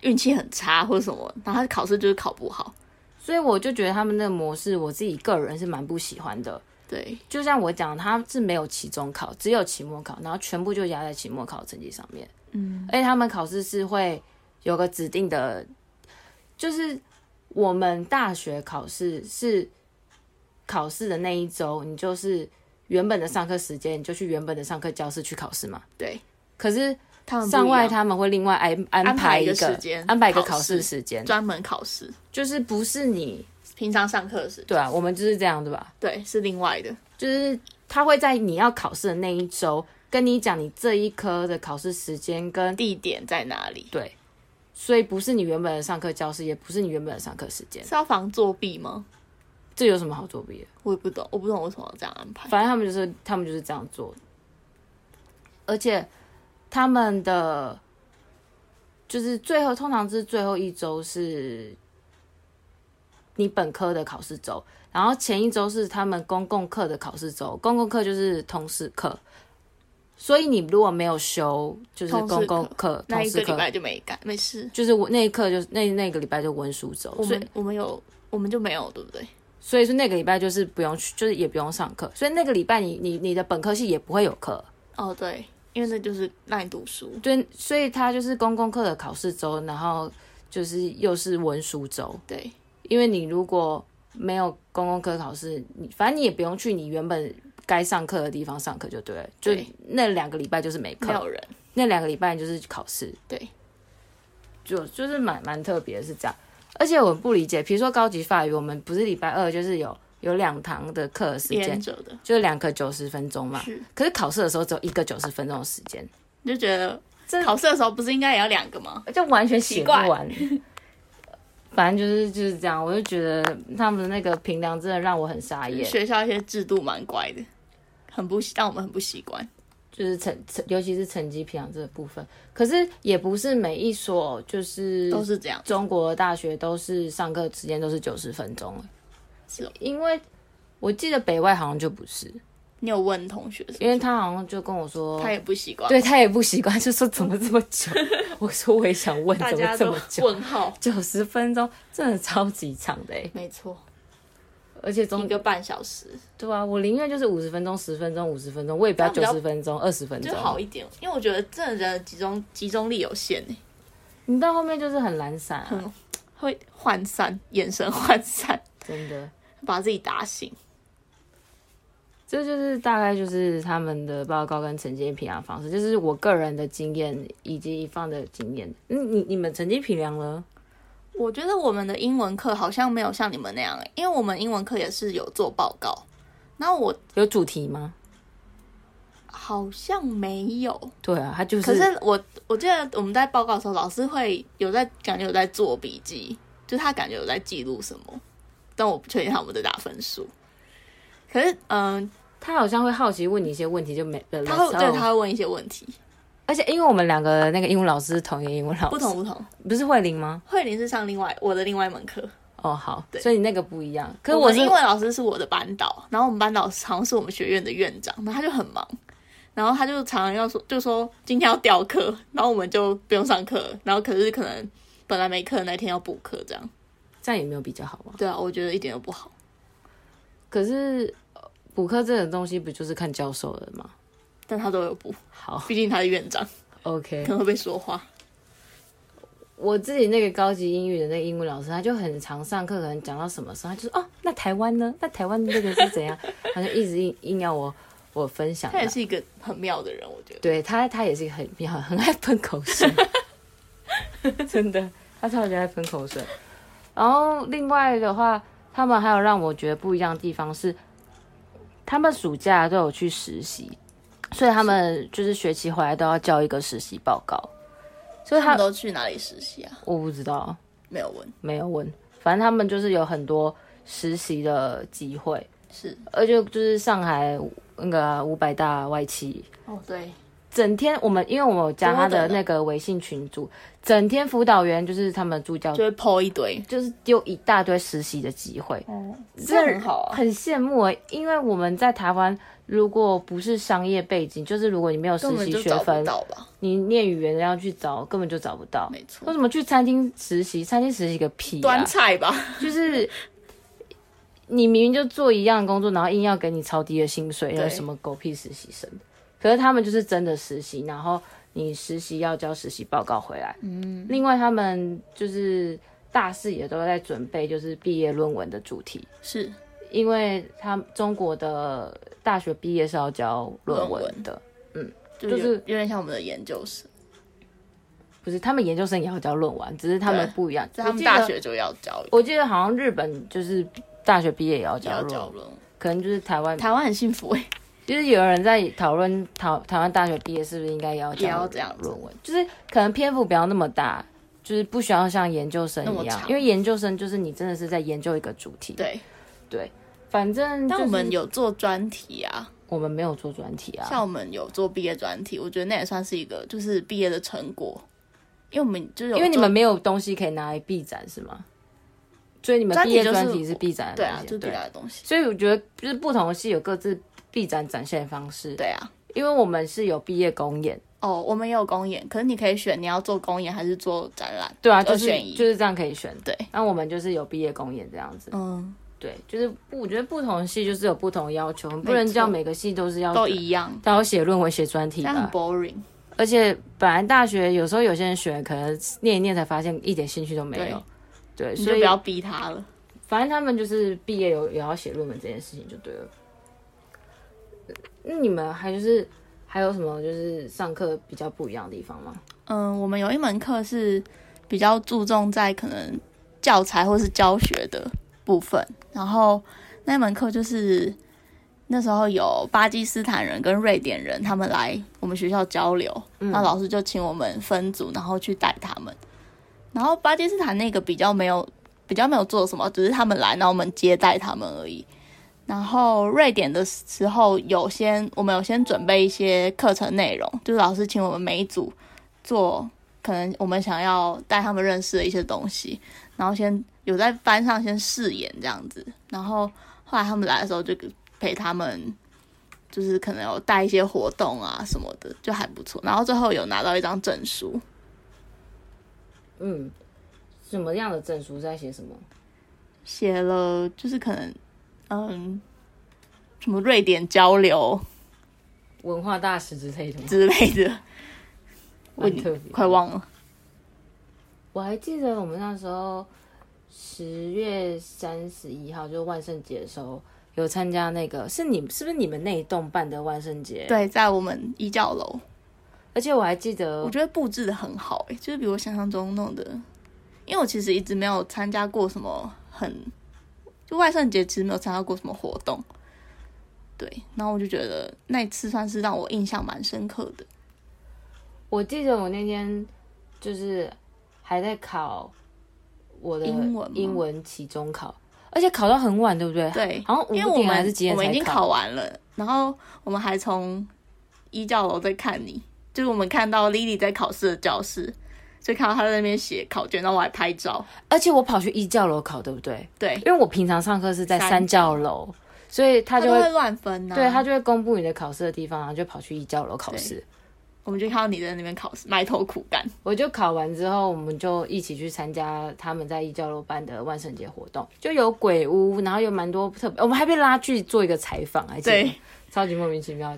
[SPEAKER 3] 运气很差或什么，然后他考试就是考不好。
[SPEAKER 2] 所以我就觉得他们的模式，我自己个人是蛮不喜欢的。
[SPEAKER 3] 对，
[SPEAKER 2] 就像我讲，他是没有期中考，只有期末考，然后全部就压在期末考成绩上面。
[SPEAKER 3] 嗯，
[SPEAKER 2] 而且他们考试是会有个指定的，就是我们大学考试是考试的那一周，你就是原本的上课时间，你就去原本的上课教室去考试嘛。
[SPEAKER 3] 对，
[SPEAKER 2] 可是
[SPEAKER 3] 他们不一样
[SPEAKER 2] 上外他们会另外安安
[SPEAKER 3] 安
[SPEAKER 2] 排
[SPEAKER 3] 排
[SPEAKER 2] 一
[SPEAKER 3] 一个
[SPEAKER 2] 个
[SPEAKER 3] 时间
[SPEAKER 2] 安排一个
[SPEAKER 3] 考
[SPEAKER 2] 考
[SPEAKER 3] 试
[SPEAKER 2] 试时间，
[SPEAKER 3] 专门考试，
[SPEAKER 2] 就是不是你
[SPEAKER 3] 平常上课的时
[SPEAKER 2] 对啊，我们就是这样对吧？
[SPEAKER 3] 对是另外的，
[SPEAKER 2] 就是他会在你要考试的那一周跟你讲你这一科的考试时间跟
[SPEAKER 3] 地点在哪里？
[SPEAKER 2] 对，所以不是你原本的上课教室，也不是你原本的上课时间，
[SPEAKER 3] 是要防作弊吗？
[SPEAKER 2] 这有什么好作弊的？
[SPEAKER 3] 我也不懂，我不懂为什么要这样安排。
[SPEAKER 2] 反正他们就是他们就是这样做，而且他们的就是最后通常是最后一周是你本科的考试周，然后前一周是他们公共课的考试周，公共课就是通识课。所以你如果没有修，就是
[SPEAKER 3] 通识
[SPEAKER 2] 公共
[SPEAKER 3] 课
[SPEAKER 2] 课、
[SPEAKER 3] 那
[SPEAKER 2] 通
[SPEAKER 3] 一
[SPEAKER 2] 识
[SPEAKER 3] 个礼
[SPEAKER 2] 课，
[SPEAKER 3] 拜就没改，没事。
[SPEAKER 2] 就是我那一课就是那那个礼拜就温书周，
[SPEAKER 3] 我
[SPEAKER 2] 所以
[SPEAKER 3] 们我们有，我们就没有，对不对？
[SPEAKER 2] 所以说那个礼拜就是不用去，就是也不用上课，所以那个礼拜你你你的本科系也不会有课，
[SPEAKER 3] 哦，对，因为那就是让你读书。
[SPEAKER 2] 对，所以他就是公共课的考试周，然后就是又是文书周，
[SPEAKER 3] 对，
[SPEAKER 2] 因为你如果没有公共课考试，你反正你也不用去你原本该上课的地方上课就对了，就
[SPEAKER 3] 对
[SPEAKER 2] 那两个礼拜就是没
[SPEAKER 3] 没
[SPEAKER 2] 课，
[SPEAKER 3] 有人。
[SPEAKER 2] 那两个礼拜就是考试，
[SPEAKER 3] 对，
[SPEAKER 2] 就就是蛮蛮特别的是这样，而且我不理解，比如说高级法语，我们不是礼拜二就是有有两堂的课的时
[SPEAKER 3] 连
[SPEAKER 2] 间，
[SPEAKER 3] 着的，
[SPEAKER 2] 就是两个九十分钟嘛，
[SPEAKER 3] 是
[SPEAKER 2] 可是考试的时候只有一个九十分钟的时间，
[SPEAKER 3] 你就觉得
[SPEAKER 2] 这
[SPEAKER 3] 考试的时候不是应该也要两个吗？
[SPEAKER 2] 就完全写不
[SPEAKER 3] 奇
[SPEAKER 2] 完。反正就是就是这样，我就觉得他们那个评量真的让我很傻眼，
[SPEAKER 3] 学校一些制度蛮怪的，很不习让我们很不习惯。
[SPEAKER 2] 就是成成，尤其是成绩评量这个部分。可是也不是每一所就是
[SPEAKER 3] 都是这样，
[SPEAKER 2] 中国的大学都是上课时间都是九十分钟，
[SPEAKER 3] 是哦
[SPEAKER 2] 因为我记得北外好像就不是，
[SPEAKER 3] 你有问同学是不是
[SPEAKER 2] 因为他好像就跟我说，
[SPEAKER 3] 他也不习惯，
[SPEAKER 2] 对他也不习惯，就说怎么这么 久？我说我也想问，
[SPEAKER 3] 大
[SPEAKER 2] 怎
[SPEAKER 3] 家
[SPEAKER 2] 么这
[SPEAKER 3] 都
[SPEAKER 2] 么久？
[SPEAKER 3] 问号。
[SPEAKER 2] 九十分钟真的超级长的、欸，
[SPEAKER 3] 没错，
[SPEAKER 2] 而且
[SPEAKER 3] 一
[SPEAKER 2] 中
[SPEAKER 3] 个半小时
[SPEAKER 2] 对啊，我宁愿就是五十分钟、十分钟、五十分钟，我也不要
[SPEAKER 3] 这
[SPEAKER 2] 九
[SPEAKER 3] 样比
[SPEAKER 2] 十分钟、二十分钟
[SPEAKER 3] 就。好一点，因为我觉得真的人的集中集中力有限欸诶，
[SPEAKER 2] 你到后面就是很懒散、啊，
[SPEAKER 3] 很会涣散，眼神涣散，
[SPEAKER 2] 真的。
[SPEAKER 3] 把自己打醒。
[SPEAKER 2] 这就是大概就是他们的报告跟成绩评量方式，就是我个人的经验以及一方的经验。嗯，你你们成绩评量呢？
[SPEAKER 3] 我觉得我们的英文课好像没有像你们那样、欸，因为我们英文课也是有做报告，然后我
[SPEAKER 2] 有主题吗？
[SPEAKER 3] 好像没有。
[SPEAKER 2] 对啊，他就是。
[SPEAKER 3] 可是我我记得我们在报告的时候，老师会有在感觉有在做笔记，就是他感觉有在记录什么，但我不确定他有没有在打分数。可是，嗯、
[SPEAKER 2] 他好像会好奇问你一些问题，就没
[SPEAKER 3] 他会对，他
[SPEAKER 2] 哦
[SPEAKER 3] 会问一些问题，
[SPEAKER 2] 而且因为我们两个那个英文老师是同一个英文老师，
[SPEAKER 3] 不同不同。
[SPEAKER 2] 不是慧玲吗？
[SPEAKER 3] 慧玲是上另外我的另外一门课，
[SPEAKER 2] 哦，好，
[SPEAKER 3] 对
[SPEAKER 2] 所以你那个不一样。可
[SPEAKER 3] 可
[SPEAKER 2] 是
[SPEAKER 3] 我
[SPEAKER 2] 我
[SPEAKER 3] 们
[SPEAKER 2] 是
[SPEAKER 3] 英文老师是我的班导，然后我们班导好像是我们学院的院长，然后他就很忙，然后他就常常要说，就说今天要调课，然后我们就不用上课了，然后可是可能本来没课的那天要补课，这样。
[SPEAKER 2] 这样也没有比较好啊。
[SPEAKER 3] 对啊，我觉得一点都不好。
[SPEAKER 2] 可是呃补课这种东西不就是看教授的吗？
[SPEAKER 3] 但他都有补，
[SPEAKER 2] 好
[SPEAKER 3] 毕竟他是院长，
[SPEAKER 2] ，OK，
[SPEAKER 3] 可能会被说话。
[SPEAKER 2] 我自己那个高级英语的那个英文老师，他就很常上课，可能讲到什么时候，他就说哦，那台湾呢？那台湾那个是怎样？他就一直硬硬要我我分享。
[SPEAKER 3] 他也是一个很妙的人，我觉得。
[SPEAKER 2] 对他，他也是一个很妙，很爱喷口水，真的，他超级爱喷口水。然后另外的话，他们还有让我觉得不一样的地方是，他们暑假都有去实习，所以他们就是学期回来都要交一个实习报告。所以
[SPEAKER 3] 他
[SPEAKER 2] 他
[SPEAKER 3] 们都去哪里实习啊？
[SPEAKER 2] 我不知道，
[SPEAKER 3] 没有问，
[SPEAKER 2] 没有问，反正他们就是有很多实习的机会，
[SPEAKER 3] 是
[SPEAKER 2] 而且就是上海那个啊五百大外企
[SPEAKER 3] 哦，对，
[SPEAKER 2] 整天我们因为我们有加他的那个微信群组，整天辅导员就是他们助教
[SPEAKER 3] 就，会抛一堆，
[SPEAKER 2] 就是丢一大堆实习的机会，
[SPEAKER 3] 哦，这很好啊，
[SPEAKER 2] 很羡慕欸因为我们在台湾，如果不是商业背景，就是如果你没有实
[SPEAKER 3] 根本
[SPEAKER 2] 习
[SPEAKER 3] 就
[SPEAKER 2] 学
[SPEAKER 3] 找不
[SPEAKER 2] 分，
[SPEAKER 3] 到吧？
[SPEAKER 2] 你念语言要去找根本就找不到。
[SPEAKER 3] 没
[SPEAKER 2] 为
[SPEAKER 3] 错，
[SPEAKER 2] 什么去餐厅实习？餐厅实习个屁、啊
[SPEAKER 3] 端！菜吧，
[SPEAKER 2] 就是你明明就做一样的工作，然后硬要给你超低的薪水，
[SPEAKER 3] 对
[SPEAKER 2] 有什么狗屁实习生？可是他们就是真的实习，然后你实习要交实习报告回来。嗯，另外他们就是大四也都在准备，就是毕业论文的主题，
[SPEAKER 3] 是
[SPEAKER 2] 因为他们中国的大学毕业是要交论
[SPEAKER 3] 论
[SPEAKER 2] 文
[SPEAKER 3] 文
[SPEAKER 2] 的，
[SPEAKER 3] 就
[SPEAKER 2] 就是
[SPEAKER 3] 有有点像我们的研究生，
[SPEAKER 2] 不是他们研究生也要交论文，只是他们
[SPEAKER 3] 对
[SPEAKER 2] 不一样。
[SPEAKER 3] 在他
[SPEAKER 2] 我
[SPEAKER 3] 们
[SPEAKER 2] 记
[SPEAKER 3] 大
[SPEAKER 2] 得，
[SPEAKER 3] 学就要教，
[SPEAKER 2] 我记得好像日本就是大学毕业也要
[SPEAKER 3] 也
[SPEAKER 2] 交
[SPEAKER 3] 要
[SPEAKER 2] 论
[SPEAKER 3] 教
[SPEAKER 2] 文，
[SPEAKER 3] 论文。
[SPEAKER 2] 可能就是台湾
[SPEAKER 3] 台湾很幸福哎、
[SPEAKER 2] 就是有人在讨论台台湾大学毕业是不是应该也要
[SPEAKER 3] 也
[SPEAKER 2] 讲
[SPEAKER 3] 要这样子
[SPEAKER 2] 论文，就是可能篇幅不要那么大，就是不需要像研究生
[SPEAKER 3] 那么
[SPEAKER 2] 一样，
[SPEAKER 3] 长
[SPEAKER 2] 因为研究生就是你真的是在研究一个主题。，
[SPEAKER 3] 对，
[SPEAKER 2] 反正、就
[SPEAKER 3] 但
[SPEAKER 2] 是、
[SPEAKER 3] 我们有做专题啊，
[SPEAKER 2] 我们没有做专题啊，
[SPEAKER 3] 像我们有做毕业专题，我觉得那也算是一个就是毕业的成果，因为我们就是有
[SPEAKER 2] 因为你
[SPEAKER 3] 做
[SPEAKER 2] 们没有东西可以拿来毕展是吗？所以你们
[SPEAKER 3] 专
[SPEAKER 2] 毕
[SPEAKER 3] 题
[SPEAKER 2] 业
[SPEAKER 3] 就是
[SPEAKER 2] 专题是毕展的
[SPEAKER 3] 对
[SPEAKER 2] 东
[SPEAKER 3] 啊，
[SPEAKER 2] 西
[SPEAKER 3] 就是比较的东西，
[SPEAKER 2] 所以我觉得就是不同的系有各自毕展展现的方式，
[SPEAKER 3] 对啊。
[SPEAKER 2] 因为我们是有毕业公演，
[SPEAKER 3] 哦，我们也有公演，可是你可以选你要做公演还是做展览。嗯
[SPEAKER 2] 对啊，
[SPEAKER 3] 二
[SPEAKER 2] 就是
[SPEAKER 3] 选一
[SPEAKER 2] 就是这样可以选。
[SPEAKER 3] 对，
[SPEAKER 2] 那我们就是有毕业公演这样子，
[SPEAKER 3] 嗯，
[SPEAKER 2] 对，就是不，我觉得不同的系就是有不同的要求，不
[SPEAKER 3] 没
[SPEAKER 2] 能
[SPEAKER 3] 错
[SPEAKER 2] 叫每个系都是要
[SPEAKER 3] 都一样，
[SPEAKER 2] 都要写论文、写专题
[SPEAKER 3] 但很
[SPEAKER 2] 吧。
[SPEAKER 3] boring。
[SPEAKER 2] 而且本来大学有时候有些人选，可能念一念才发现一点兴趣都没有。对，
[SPEAKER 3] 你就
[SPEAKER 2] 所
[SPEAKER 3] 不
[SPEAKER 2] 以
[SPEAKER 3] 要逼他了。
[SPEAKER 2] 反正他们就是毕业有也要写论文这件事情就对了。那你们还就是还有什么就是上课比较不一样的地方吗？
[SPEAKER 3] 嗯，我们有一门课是比较注重在可能教材或是教学的部分，然后那门课就是那时候有巴基斯坦人跟瑞典人他们来我们学校交流，那老师就请我们分组，然后去带他们。然后巴基斯坦那个比较没有比较没有做什么，只是他们来，然后我们接待他们而已。然后瑞典的时候有先我们有先准备一些课程内容，就是老师请我们每一组做可能我们想要带他们认识的一些东西，然后先有在班上先试演这样子，然后后来他们来的时候就陪他们，就是可能有带一些活动啊什么的，就还不错。然后最后有拿到一张证书，
[SPEAKER 2] 嗯，什么样的证书是在写什么？
[SPEAKER 3] 写了就是可能嗯什么瑞典交流
[SPEAKER 2] 文化大使之类的吗？
[SPEAKER 3] 之类的，我
[SPEAKER 2] 蛮特别的
[SPEAKER 3] 快忘了。
[SPEAKER 2] 我还记得我们那时候十月三十一号，就是万圣节的时候，有参加那个是你是不是你们那一栋办的万圣节？，
[SPEAKER 3] 对，在我们一教楼，
[SPEAKER 2] 而且我还记得
[SPEAKER 3] 我觉得布置的很好、欸，就是比我想象中弄的。因为我其实一直没有参加过什么很，就万圣节其实没有参加过什么活动，对。然后我就觉得那一次算是让我印象蛮深刻的。
[SPEAKER 2] 我记得我那天就是还在考我的
[SPEAKER 3] 英文吗
[SPEAKER 2] 英文期中考，而且考到很晚，对不对？
[SPEAKER 3] 对
[SPEAKER 2] 好像五
[SPEAKER 3] 因为我
[SPEAKER 2] 点还是
[SPEAKER 3] 们
[SPEAKER 2] 几点
[SPEAKER 3] 我们已
[SPEAKER 2] 才
[SPEAKER 3] 经考完了，然后我们还从一教楼在看你，就是我们看到 Lily 在考试的教室，所以看到她在那边写考卷，然后我还拍照。
[SPEAKER 2] 而且我跑去一教楼考，对不对？
[SPEAKER 3] 对，
[SPEAKER 2] 因为我平常上课是在
[SPEAKER 3] 三
[SPEAKER 2] 三教楼，所以他
[SPEAKER 3] 她
[SPEAKER 2] 就
[SPEAKER 3] 都
[SPEAKER 2] 会
[SPEAKER 3] 会乱分呐、
[SPEAKER 2] 对他就会公布你的考试的地方，然后就跑去一教楼考试。
[SPEAKER 3] 我们就看到你在那边考试，埋头苦干。
[SPEAKER 2] 我就考完之后，我们就一起去参加他们在一教楼办的万圣节活动，就有鬼屋，然后有蛮多特别，我们还被拉去做一个采访，还记得
[SPEAKER 3] 对
[SPEAKER 2] 吗，超级莫名其妙。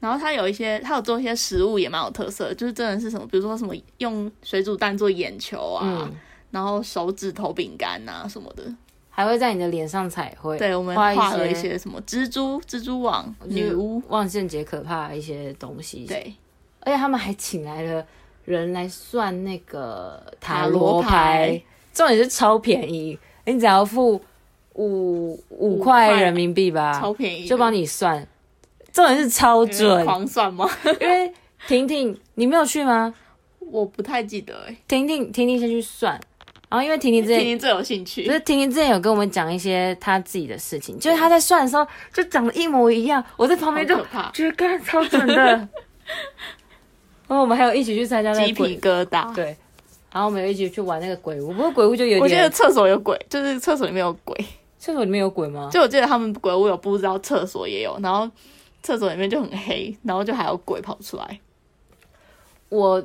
[SPEAKER 3] 然后它有一些，它有做一些食物也蛮有特色的，就是真的是什么，比如说什么用水煮蛋做眼球啊，
[SPEAKER 2] 嗯
[SPEAKER 3] 然后手指头饼干啊什么的。
[SPEAKER 2] 还会在你的脸上彩绘。
[SPEAKER 3] 对，我们
[SPEAKER 2] 画
[SPEAKER 3] 画了
[SPEAKER 2] 一
[SPEAKER 3] 一些什么蜘蛛、蜘蛛网、女巫，、
[SPEAKER 2] 万圣节可怕的一些东西。，
[SPEAKER 3] 对，
[SPEAKER 2] 而且他们还请来了人来算那个
[SPEAKER 3] 塔
[SPEAKER 2] 塔
[SPEAKER 3] 罗
[SPEAKER 2] 罗
[SPEAKER 3] 牌
[SPEAKER 2] 牌，重点是超便宜，你只要付五五
[SPEAKER 3] 块
[SPEAKER 2] 块人民币吧，
[SPEAKER 3] 超便宜的，
[SPEAKER 2] 就帮你算，重点是超准，
[SPEAKER 3] 狂算吗？
[SPEAKER 2] 因为婷婷你没有去吗？
[SPEAKER 3] 我不太记得 哎、
[SPEAKER 2] 婷婷婷婷先去算，然后因为婷婷之
[SPEAKER 3] 欸，
[SPEAKER 2] 前
[SPEAKER 3] 婷婷最有兴
[SPEAKER 2] 不
[SPEAKER 3] 趣，
[SPEAKER 2] 是婷婷之前有跟我们讲一些她自己的事情，就是她在算的时候就讲的一模一样，我在旁
[SPEAKER 3] 好
[SPEAKER 2] 边就
[SPEAKER 3] 可怕，
[SPEAKER 2] 觉得干超准 的。然后我们还有一起去参加那
[SPEAKER 3] 鸡
[SPEAKER 2] 个鬼
[SPEAKER 3] 皮，疙瘩。
[SPEAKER 2] 对，然后我们有一起去玩那个鬼屋，不过鬼屋就有
[SPEAKER 3] 我记得
[SPEAKER 2] 点，
[SPEAKER 3] 厕所有鬼，就是厕所里面有鬼。
[SPEAKER 2] 厕所里面有鬼吗？
[SPEAKER 3] 就我记得他们鬼屋有布置到厕所也有，然后厕所里面就很黑，然后就还有鬼跑出来。
[SPEAKER 2] 我，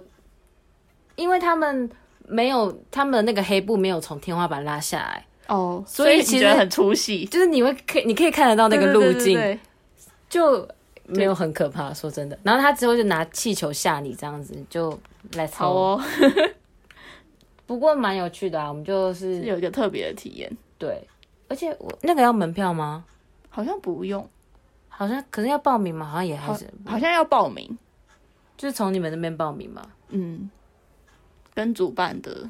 [SPEAKER 2] 因为他们没有他们的那个黑布没有从天花板拉下来，
[SPEAKER 3] 哦，
[SPEAKER 2] 所以
[SPEAKER 3] 你
[SPEAKER 2] 其实
[SPEAKER 3] 觉得很出戏，
[SPEAKER 2] 就是你会可以你可以看得到那个路
[SPEAKER 3] 对
[SPEAKER 2] 径，
[SPEAKER 3] 对对对对
[SPEAKER 2] 就没有很可怕，说真的。然后他之后就拿气球吓你，这样子就来
[SPEAKER 3] 好
[SPEAKER 2] 操。
[SPEAKER 3] 哦，
[SPEAKER 2] 不过蛮有趣的啊，我们就是
[SPEAKER 3] 是有一个特别的体验，
[SPEAKER 2] 对，而且我那个要门票吗？
[SPEAKER 3] 好像不用，
[SPEAKER 2] 好像可是要报名吗？好像也还
[SPEAKER 3] 好
[SPEAKER 2] 是，
[SPEAKER 3] 好像要报名，
[SPEAKER 2] 就是从你们那边报名嘛。
[SPEAKER 3] 嗯，跟主办的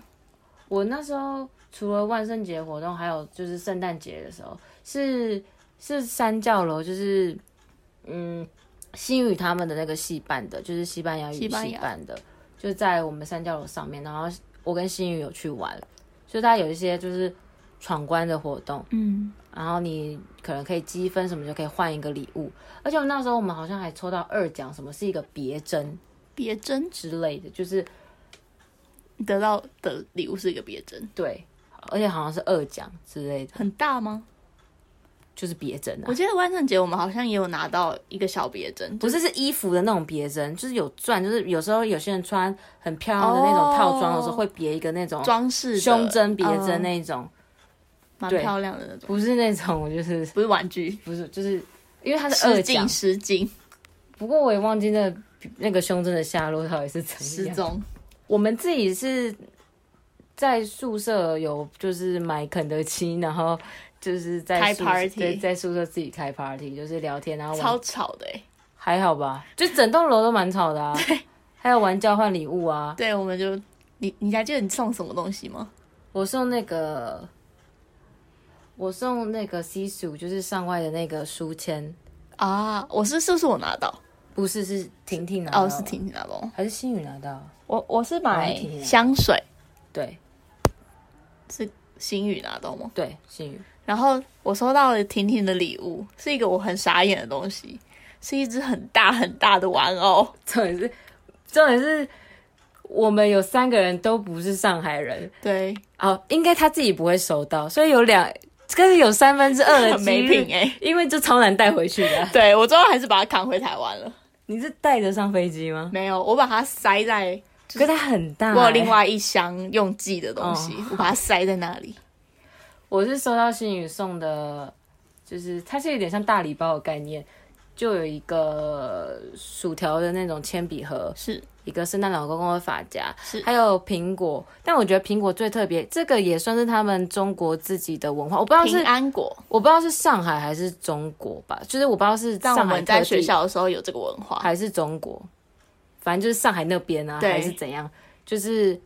[SPEAKER 2] 我那时候除了万圣节活动，还有就是圣诞节的时候，是是三教楼，就是嗯，新宇他们的那个戏办的，就是西班牙语
[SPEAKER 3] 西
[SPEAKER 2] 戏
[SPEAKER 3] 班牙
[SPEAKER 2] 办的，就在我们三教楼上面。然后我跟新宇有去玩，就他有一些就是闯关的活动，
[SPEAKER 3] 嗯，
[SPEAKER 2] 然后你可能可以积分什么就可以换一个礼物，而且我们那时候我们好像还抽到二奖，什么是一个别针
[SPEAKER 3] 别针
[SPEAKER 2] 之类的，就是
[SPEAKER 3] 得到的礼物是一个别针，
[SPEAKER 2] 对，而且好像是二奖之类的，
[SPEAKER 3] 很大吗？
[SPEAKER 2] 就是别针啊
[SPEAKER 3] 我，记得万圣节我们好像也有拿到一个小别针，
[SPEAKER 2] 不是是衣服的那种别针，就是有钻，就是有时候有些人穿很漂亮的那种套装的时候
[SPEAKER 3] 哦
[SPEAKER 2] 会别一个那种
[SPEAKER 3] 装饰的
[SPEAKER 2] 胸针别针
[SPEAKER 3] 嗯
[SPEAKER 2] 那种，
[SPEAKER 3] 蛮
[SPEAKER 2] 对
[SPEAKER 3] 漂亮的那种，
[SPEAKER 2] 不是那种，就是
[SPEAKER 3] 不是玩具，
[SPEAKER 2] 不是就是因为它是二
[SPEAKER 3] 失
[SPEAKER 2] 奖
[SPEAKER 3] 敬，失敬
[SPEAKER 2] 不过我也忘记那那个胸针的下落到底是怎
[SPEAKER 3] 失
[SPEAKER 2] 么样。
[SPEAKER 3] 踪，
[SPEAKER 2] 我们自己是在宿舍有就是买肯德基，然后就是在
[SPEAKER 3] 开
[SPEAKER 2] 宿
[SPEAKER 3] party
[SPEAKER 2] 对，在宿舍自己开 party，就是聊天，然后
[SPEAKER 3] 超
[SPEAKER 2] 玩
[SPEAKER 3] 吵的哎、
[SPEAKER 2] 还好吧，就整栋楼都蛮吵 的啊。还有玩交换礼物啊，
[SPEAKER 3] 对，我们就你你还记得你送什么东西吗？
[SPEAKER 2] 我送那个。我送那个西鼠，就是上外的那个书签，
[SPEAKER 3] 啊，我是是不是我拿到？
[SPEAKER 2] 不是是婷婷拿到，
[SPEAKER 3] 哦，是婷婷拿到。
[SPEAKER 2] 还是新宇拿到？
[SPEAKER 3] 我我是
[SPEAKER 2] 哦是婷婷拿到
[SPEAKER 3] 香水，
[SPEAKER 2] 对
[SPEAKER 3] 是星宇拿到吗？
[SPEAKER 2] 对，新宇，
[SPEAKER 3] 然后我收到了婷婷的礼物，是一个我很傻眼的东西，是一只很大很大的玩偶。
[SPEAKER 2] 重点是重点是我们有三个人都不是上海人，
[SPEAKER 3] 对，
[SPEAKER 2] 哦，应该他自己不会收到，所以有两，可是有三分之二的
[SPEAKER 3] 很
[SPEAKER 2] 几
[SPEAKER 3] 没品
[SPEAKER 2] 率，
[SPEAKER 3] 哎、
[SPEAKER 2] 因为这超难带回去的啊。
[SPEAKER 3] 对我最后还是把它扛回台湾了。
[SPEAKER 2] 你是带着上飞机吗？
[SPEAKER 3] 没有，我把它塞在，
[SPEAKER 2] 可是它很大、
[SPEAKER 3] 我有另
[SPEAKER 2] 欸，
[SPEAKER 3] 外一箱用寄的东
[SPEAKER 2] 哦
[SPEAKER 3] 西，我把它塞在那里。
[SPEAKER 2] 我是收到新宇送的，就是它是有点像大礼包的概念，就有一个薯条的那种铅笔盒，
[SPEAKER 3] 是
[SPEAKER 2] 一个圣诞老公公的发夹
[SPEAKER 3] 是，
[SPEAKER 2] 还有苹果。但我觉得苹果最特别，这个也算是他们中国自己的文化，我不知道
[SPEAKER 3] 平
[SPEAKER 2] 是
[SPEAKER 3] 安果，
[SPEAKER 2] 我不知道是上海还是中国吧，就是我不知道是
[SPEAKER 3] 但我
[SPEAKER 2] 上海
[SPEAKER 3] 们在
[SPEAKER 2] 特
[SPEAKER 3] 学
[SPEAKER 2] 地
[SPEAKER 3] 校的时候有这个文化。
[SPEAKER 2] 还是中国，反正就是上海那边啊，
[SPEAKER 3] 对
[SPEAKER 2] 还是怎样，就是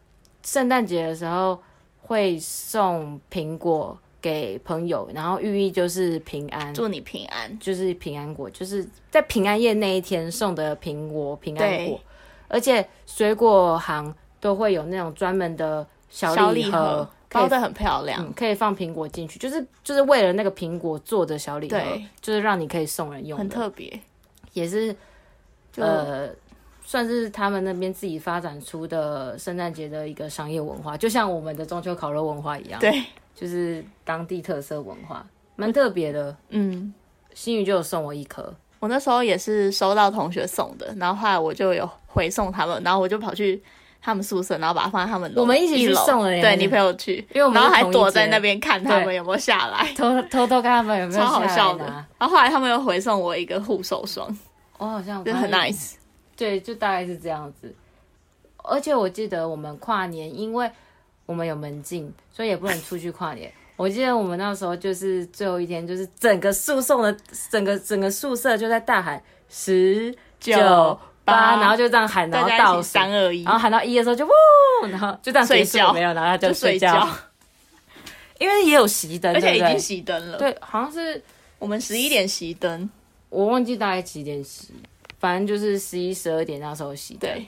[SPEAKER 2] 圣诞节的时候会送苹果给朋友，然后寓意就是平安，
[SPEAKER 3] 祝你平安。
[SPEAKER 2] 就是平安果，就是在平安夜那一天送的苹果平安果
[SPEAKER 3] 对，
[SPEAKER 2] 而且水果行都会有那种专门的小礼
[SPEAKER 3] 盒
[SPEAKER 2] 可
[SPEAKER 3] 包
[SPEAKER 2] 以
[SPEAKER 3] 的很漂亮，
[SPEAKER 2] 嗯，可以放苹果进去，就是就是为了那个苹果做的小礼盒
[SPEAKER 3] 对，
[SPEAKER 2] 就是让你可以送人用的，
[SPEAKER 3] 很特别。
[SPEAKER 2] 也是
[SPEAKER 3] 就、嗯
[SPEAKER 2] 呃，算是他们那边自己发展出的圣诞节的一个商业文化，就像我们的中秋烤肉文化一样，，
[SPEAKER 3] 对，
[SPEAKER 2] 就是当地特色文化，蛮特别的。
[SPEAKER 3] 嗯，
[SPEAKER 2] 新宇就有送我一颗，
[SPEAKER 3] 我那时候也是收到同学送的，然后后来我就有回送他们，然后我就跑去他们宿舍，然后把它放在他们楼
[SPEAKER 2] 我们一起去
[SPEAKER 3] 一楼
[SPEAKER 2] 送的耶
[SPEAKER 3] 对你陪我去，
[SPEAKER 2] 因为我们
[SPEAKER 3] 然后
[SPEAKER 2] 是
[SPEAKER 3] 还
[SPEAKER 2] 同一
[SPEAKER 3] 躲在
[SPEAKER 2] 间
[SPEAKER 3] 那边看他们
[SPEAKER 2] 对
[SPEAKER 3] 有没有下来，
[SPEAKER 2] 偷偷偷看他们有没有
[SPEAKER 3] 超好
[SPEAKER 2] 下来
[SPEAKER 3] 笑的
[SPEAKER 2] 拿。
[SPEAKER 3] 然后后来他们又回送我一个护手霜，
[SPEAKER 2] 我好像
[SPEAKER 3] 就很 nice。
[SPEAKER 2] 对，就大概是这样子。而且我记得我们跨年，因为我们有门禁，所以也不能出去跨年。我记得我们那时候就是最后一天，就是整个宿舍的整个整个宿舍就在大喊十九八，
[SPEAKER 3] 八
[SPEAKER 2] 然后就这样喊，然
[SPEAKER 3] 大
[SPEAKER 2] 后
[SPEAKER 3] 家
[SPEAKER 2] 倒
[SPEAKER 3] 一起
[SPEAKER 2] 数，啊
[SPEAKER 3] 三二一
[SPEAKER 2] 然，后喊到一的时候就呜，然后就这样结束
[SPEAKER 3] 睡觉
[SPEAKER 2] 没有，然后
[SPEAKER 3] 就
[SPEAKER 2] 睡
[SPEAKER 3] 睡
[SPEAKER 2] 觉
[SPEAKER 3] 觉，，
[SPEAKER 2] 因为也有熄灯，
[SPEAKER 3] 而且
[SPEAKER 2] 对
[SPEAKER 3] 已
[SPEAKER 2] 不对
[SPEAKER 3] 经熄灯了。，
[SPEAKER 2] 对，好像是
[SPEAKER 3] 我们十一点熄灯。
[SPEAKER 2] 我忘记大概几点熄，反正就是十一十二点那时候熄灯。
[SPEAKER 3] 对，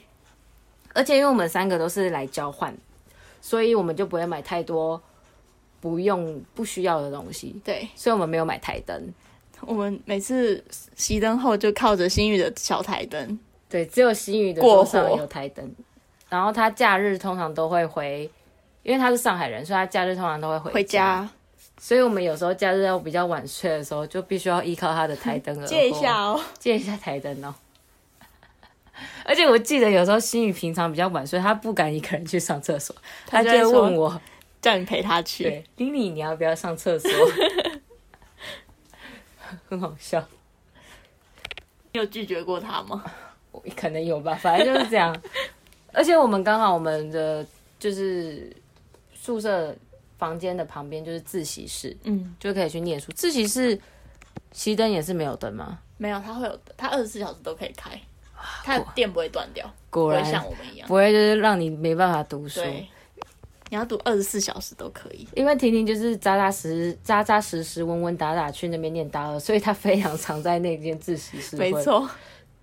[SPEAKER 2] 而且因为我们三个都是来交换，所以我们就不会买太多不用不需要的东西，
[SPEAKER 3] 对，
[SPEAKER 2] 所以我们没有买台灯。
[SPEAKER 3] 我们每次熄灯后就靠着新宇的小台灯，
[SPEAKER 2] 对，只有新宇的
[SPEAKER 3] 过
[SPEAKER 2] 桌
[SPEAKER 3] 火
[SPEAKER 2] 上有台灯，然后他假日通常都会回，因为他是上海人，所以他假日通常都会回
[SPEAKER 3] 回家
[SPEAKER 2] 所以我们有时候假日要比较晚睡的时候，就必须要依靠他的台灯而活
[SPEAKER 3] 借一下哦。
[SPEAKER 2] 借一下台灯哦。 而且我记得有时候新宇平常比较晚睡，他不敢一个人去上厕所，他就
[SPEAKER 3] 就
[SPEAKER 2] 会
[SPEAKER 3] 会说
[SPEAKER 2] 问我，
[SPEAKER 3] 叫你陪他去。
[SPEAKER 2] 对，丽丽你要不要上厕所？ 很好笑，
[SPEAKER 3] 你有拒绝过他吗？
[SPEAKER 2] 我可能有吧，反正就是这 样。而且我们刚好我们的就是宿舍房间的旁边就是自习室，
[SPEAKER 3] 嗯，
[SPEAKER 2] 就可以去念书。自习室熄灯也是没有灯吗？
[SPEAKER 3] 没有，他会有，他二十四小时都可以开，他的电不会断掉，不
[SPEAKER 2] 果
[SPEAKER 3] 会
[SPEAKER 2] 然
[SPEAKER 3] 像我们一样
[SPEAKER 2] 不。会就是让你没办法读书。
[SPEAKER 3] 对，你要读二十四小时都可以。
[SPEAKER 2] 因为婷婷就是扎扎实扎扎实实、稳稳打打去那边念大二，所以她非常常在那间自习室。
[SPEAKER 3] 没。错，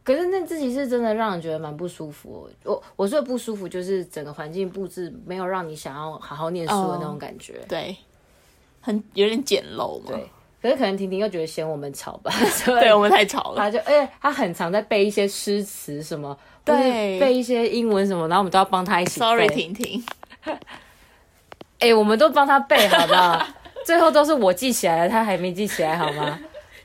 [SPEAKER 2] 可是那自习室真的让人觉得蛮不舒服、哦。我我说的不舒服就是整个环境布置没有让你想要好好念书
[SPEAKER 3] 哦
[SPEAKER 2] 的那种感觉。
[SPEAKER 3] 对，很有点简陋嘛。
[SPEAKER 2] 对。可是可能婷婷又觉得嫌我们 吵吧，所以
[SPEAKER 3] 对我们太吵了。
[SPEAKER 2] 她就而且她很常在背一些诗词什么，
[SPEAKER 3] 对
[SPEAKER 2] 或是背一些英文什么，然后我们都要帮她一起背。
[SPEAKER 3] Sorry，婷婷，
[SPEAKER 2] 哎、我们都帮她背好不 好？最后都是我记起来了，她还没记起来好吗？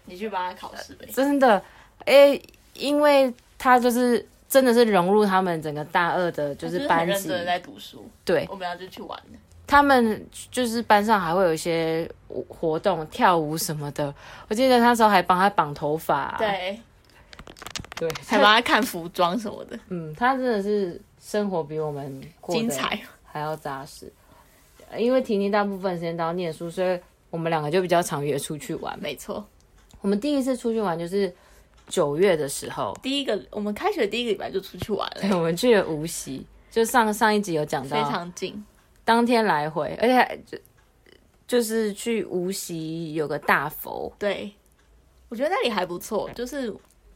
[SPEAKER 3] 你去帮他考试呗。
[SPEAKER 2] 真的，诶、因为他就是真的是融入他们整个大二的，就
[SPEAKER 3] 就是是
[SPEAKER 2] 班
[SPEAKER 3] 很认
[SPEAKER 2] 级
[SPEAKER 3] 真，的在读书，
[SPEAKER 2] 对啊
[SPEAKER 3] 我们要就去玩了。
[SPEAKER 2] 他们就是班上还会有一些活动，跳舞什么的。我记得那时候还帮他绑头发、
[SPEAKER 3] 对，
[SPEAKER 2] 对，
[SPEAKER 3] 还帮他看服装什么的，
[SPEAKER 2] 嗯，他真的是生活比我们过得
[SPEAKER 3] 精彩。
[SPEAKER 2] 还要扎实，因为婷婷大部分时间都要念书，所以我们两个就比较常约出去玩。
[SPEAKER 3] 没错，
[SPEAKER 2] 我们第一次出去玩就是九月的时候，
[SPEAKER 3] 第一个我们开学第一个礼拜就出去玩
[SPEAKER 2] 对，
[SPEAKER 3] 了，
[SPEAKER 2] 我们去了无锡，就上上一集有讲
[SPEAKER 3] 非
[SPEAKER 2] 到，
[SPEAKER 3] 常近。
[SPEAKER 2] 当天来回，而且还就就是去无锡有个大佛，
[SPEAKER 3] 对，我觉得那里还不错，就是。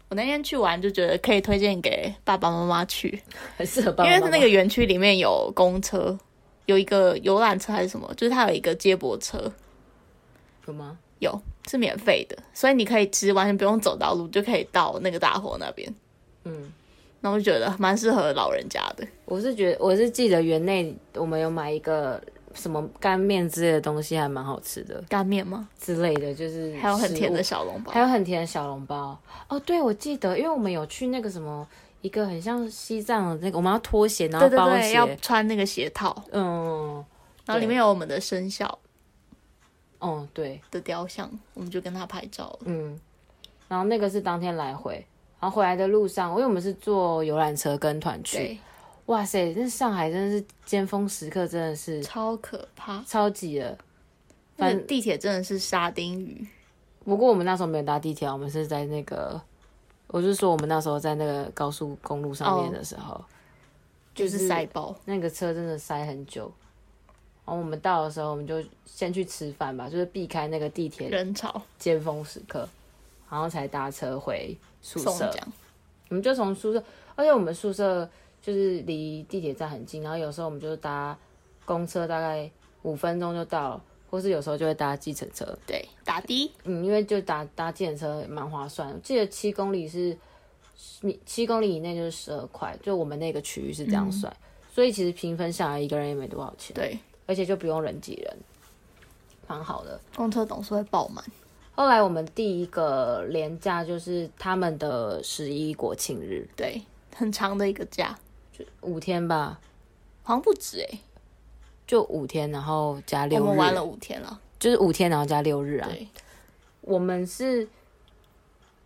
[SPEAKER 3] 我那天去玩就觉得可以推荐给爸爸妈妈去，
[SPEAKER 2] 很适合爸爸
[SPEAKER 3] 因
[SPEAKER 2] 妈
[SPEAKER 3] 为
[SPEAKER 2] 妈
[SPEAKER 3] 是那个园区里面有公车，有一个游览车还是什么，就是它有一个接驳车，
[SPEAKER 2] 有吗？
[SPEAKER 3] 有是免费的，所以你可以其实完全不用走道路就可以到那个大火那边。
[SPEAKER 2] 嗯，
[SPEAKER 3] 那我就觉得蛮适合老人家的。
[SPEAKER 2] 我是觉得我是记得园内我们有买一个什么干面之类的东西，还蛮好吃的
[SPEAKER 3] 干面吗？
[SPEAKER 2] 之类的，就是
[SPEAKER 3] 还有很甜的
[SPEAKER 2] 食
[SPEAKER 3] 小笼包
[SPEAKER 2] 物，还，有很甜的小笼包。哦，对，我记得，因为我们有去那个什么一个很像西藏的那个，我们要脱鞋，然后
[SPEAKER 3] 对对
[SPEAKER 2] 包鞋，
[SPEAKER 3] 对，要穿那个鞋套，
[SPEAKER 2] 嗯，
[SPEAKER 3] 然后里面有我们的生肖
[SPEAKER 2] 哦，对。
[SPEAKER 3] 的雕像，我们就跟他拍照了。
[SPEAKER 2] 嗯，然后那个是当天来回，然后回来的路上，因为我们是坐游览车跟团去，
[SPEAKER 3] 对，
[SPEAKER 2] 哇塞，那上海真的是尖峰时刻，真的是
[SPEAKER 3] 超可怕。
[SPEAKER 2] 超级的。
[SPEAKER 3] 那
[SPEAKER 2] 反
[SPEAKER 3] 个地铁真的是沙丁鱼，
[SPEAKER 2] 不过我们那时候没有搭地铁啊，我们是在那个，我是说我们那时候在那个高速公路上
[SPEAKER 3] 哦
[SPEAKER 2] 面的时候，
[SPEAKER 3] 就是塞爆。
[SPEAKER 2] 那个车真的塞很久。然后我们到的时候，我们就先去吃饭吧，就是避开那个地铁
[SPEAKER 3] 人潮
[SPEAKER 2] 尖峰时刻，然后才搭车回宿
[SPEAKER 3] 送
[SPEAKER 2] 舍。
[SPEAKER 3] 奖，
[SPEAKER 2] 我们就从宿舍，而且我们宿舍就是离地铁站很近，然后有时候我们就搭公车，大概五分钟就到了，或是有时候就会搭计程车。
[SPEAKER 3] 对，打的，
[SPEAKER 2] 嗯，因为就搭搭计程车蛮划算的，我记得七公里是，你七公里以内就是十二块，就我们那个区域是这样算，所以其实平分下来一个人也没多少钱，
[SPEAKER 3] 对，
[SPEAKER 2] 而且就不用人挤人，蛮好的。
[SPEAKER 3] 公车总是会爆满。
[SPEAKER 2] 后来我们第一个廉假就是他们的十一国庆日，
[SPEAKER 3] 对，很长的一个假，
[SPEAKER 2] 五天吧，
[SPEAKER 3] 好像不止哎、
[SPEAKER 2] 就五天，然后加六日，
[SPEAKER 3] 我们玩了五天了。
[SPEAKER 2] 就是五天，然后加六日啊。
[SPEAKER 3] 对，
[SPEAKER 2] 我们是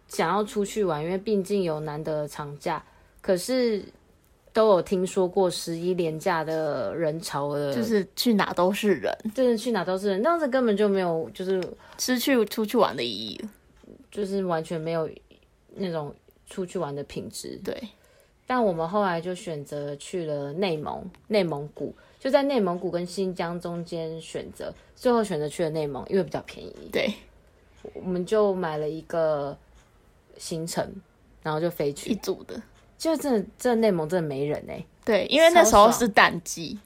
[SPEAKER 2] 想要出去玩，因为毕竟有难得的长假，可是都有听说过十一连假的人潮的，
[SPEAKER 3] 就是去哪都是人，
[SPEAKER 2] 真的去哪都是人，那样子根本就没有，就是
[SPEAKER 3] 失去出去玩的意义了。
[SPEAKER 2] 就是完全没有那种出去玩的品质。
[SPEAKER 3] 对，
[SPEAKER 2] 但我们后来就选择去了内蒙，内蒙古就在内蒙古跟新疆中间选择，最后选择去了内蒙，因为比较便宜。
[SPEAKER 3] 对，
[SPEAKER 2] 我们就买了一个行程，然后就飞
[SPEAKER 3] 一
[SPEAKER 2] 去。
[SPEAKER 3] 组的。
[SPEAKER 2] 就真的，这内蒙真的没人哎、
[SPEAKER 3] 对，因为那
[SPEAKER 2] 超
[SPEAKER 3] 时候
[SPEAKER 2] 爽
[SPEAKER 3] 是淡季，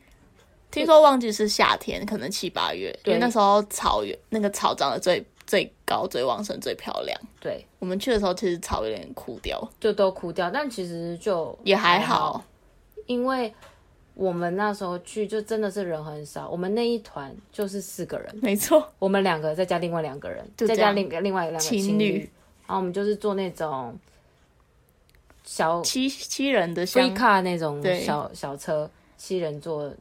[SPEAKER 3] 听说忘记是夏天，可能七八月，因
[SPEAKER 2] 对
[SPEAKER 3] 为那时候草原那个草长得最最高、最旺盛、最漂亮。
[SPEAKER 2] 对，
[SPEAKER 3] 我们去的时候，其实草有点枯掉，
[SPEAKER 2] 就都哭掉。但其实就
[SPEAKER 3] 也还
[SPEAKER 2] 好
[SPEAKER 3] 好，，
[SPEAKER 2] 因为我们那时候去就真的是人很少，我们那一团就是四个人，
[SPEAKER 3] 没错，
[SPEAKER 2] 我们两个再加另外两个人，
[SPEAKER 3] 就
[SPEAKER 2] 再
[SPEAKER 3] 这
[SPEAKER 2] 加
[SPEAKER 3] 样
[SPEAKER 2] 另另外两个
[SPEAKER 3] 情
[SPEAKER 2] 情
[SPEAKER 3] 侣
[SPEAKER 2] 然后我们就是坐那种小
[SPEAKER 3] 七七人的
[SPEAKER 2] free
[SPEAKER 3] 香
[SPEAKER 2] car 那种
[SPEAKER 3] 对
[SPEAKER 2] 小小车，七人座，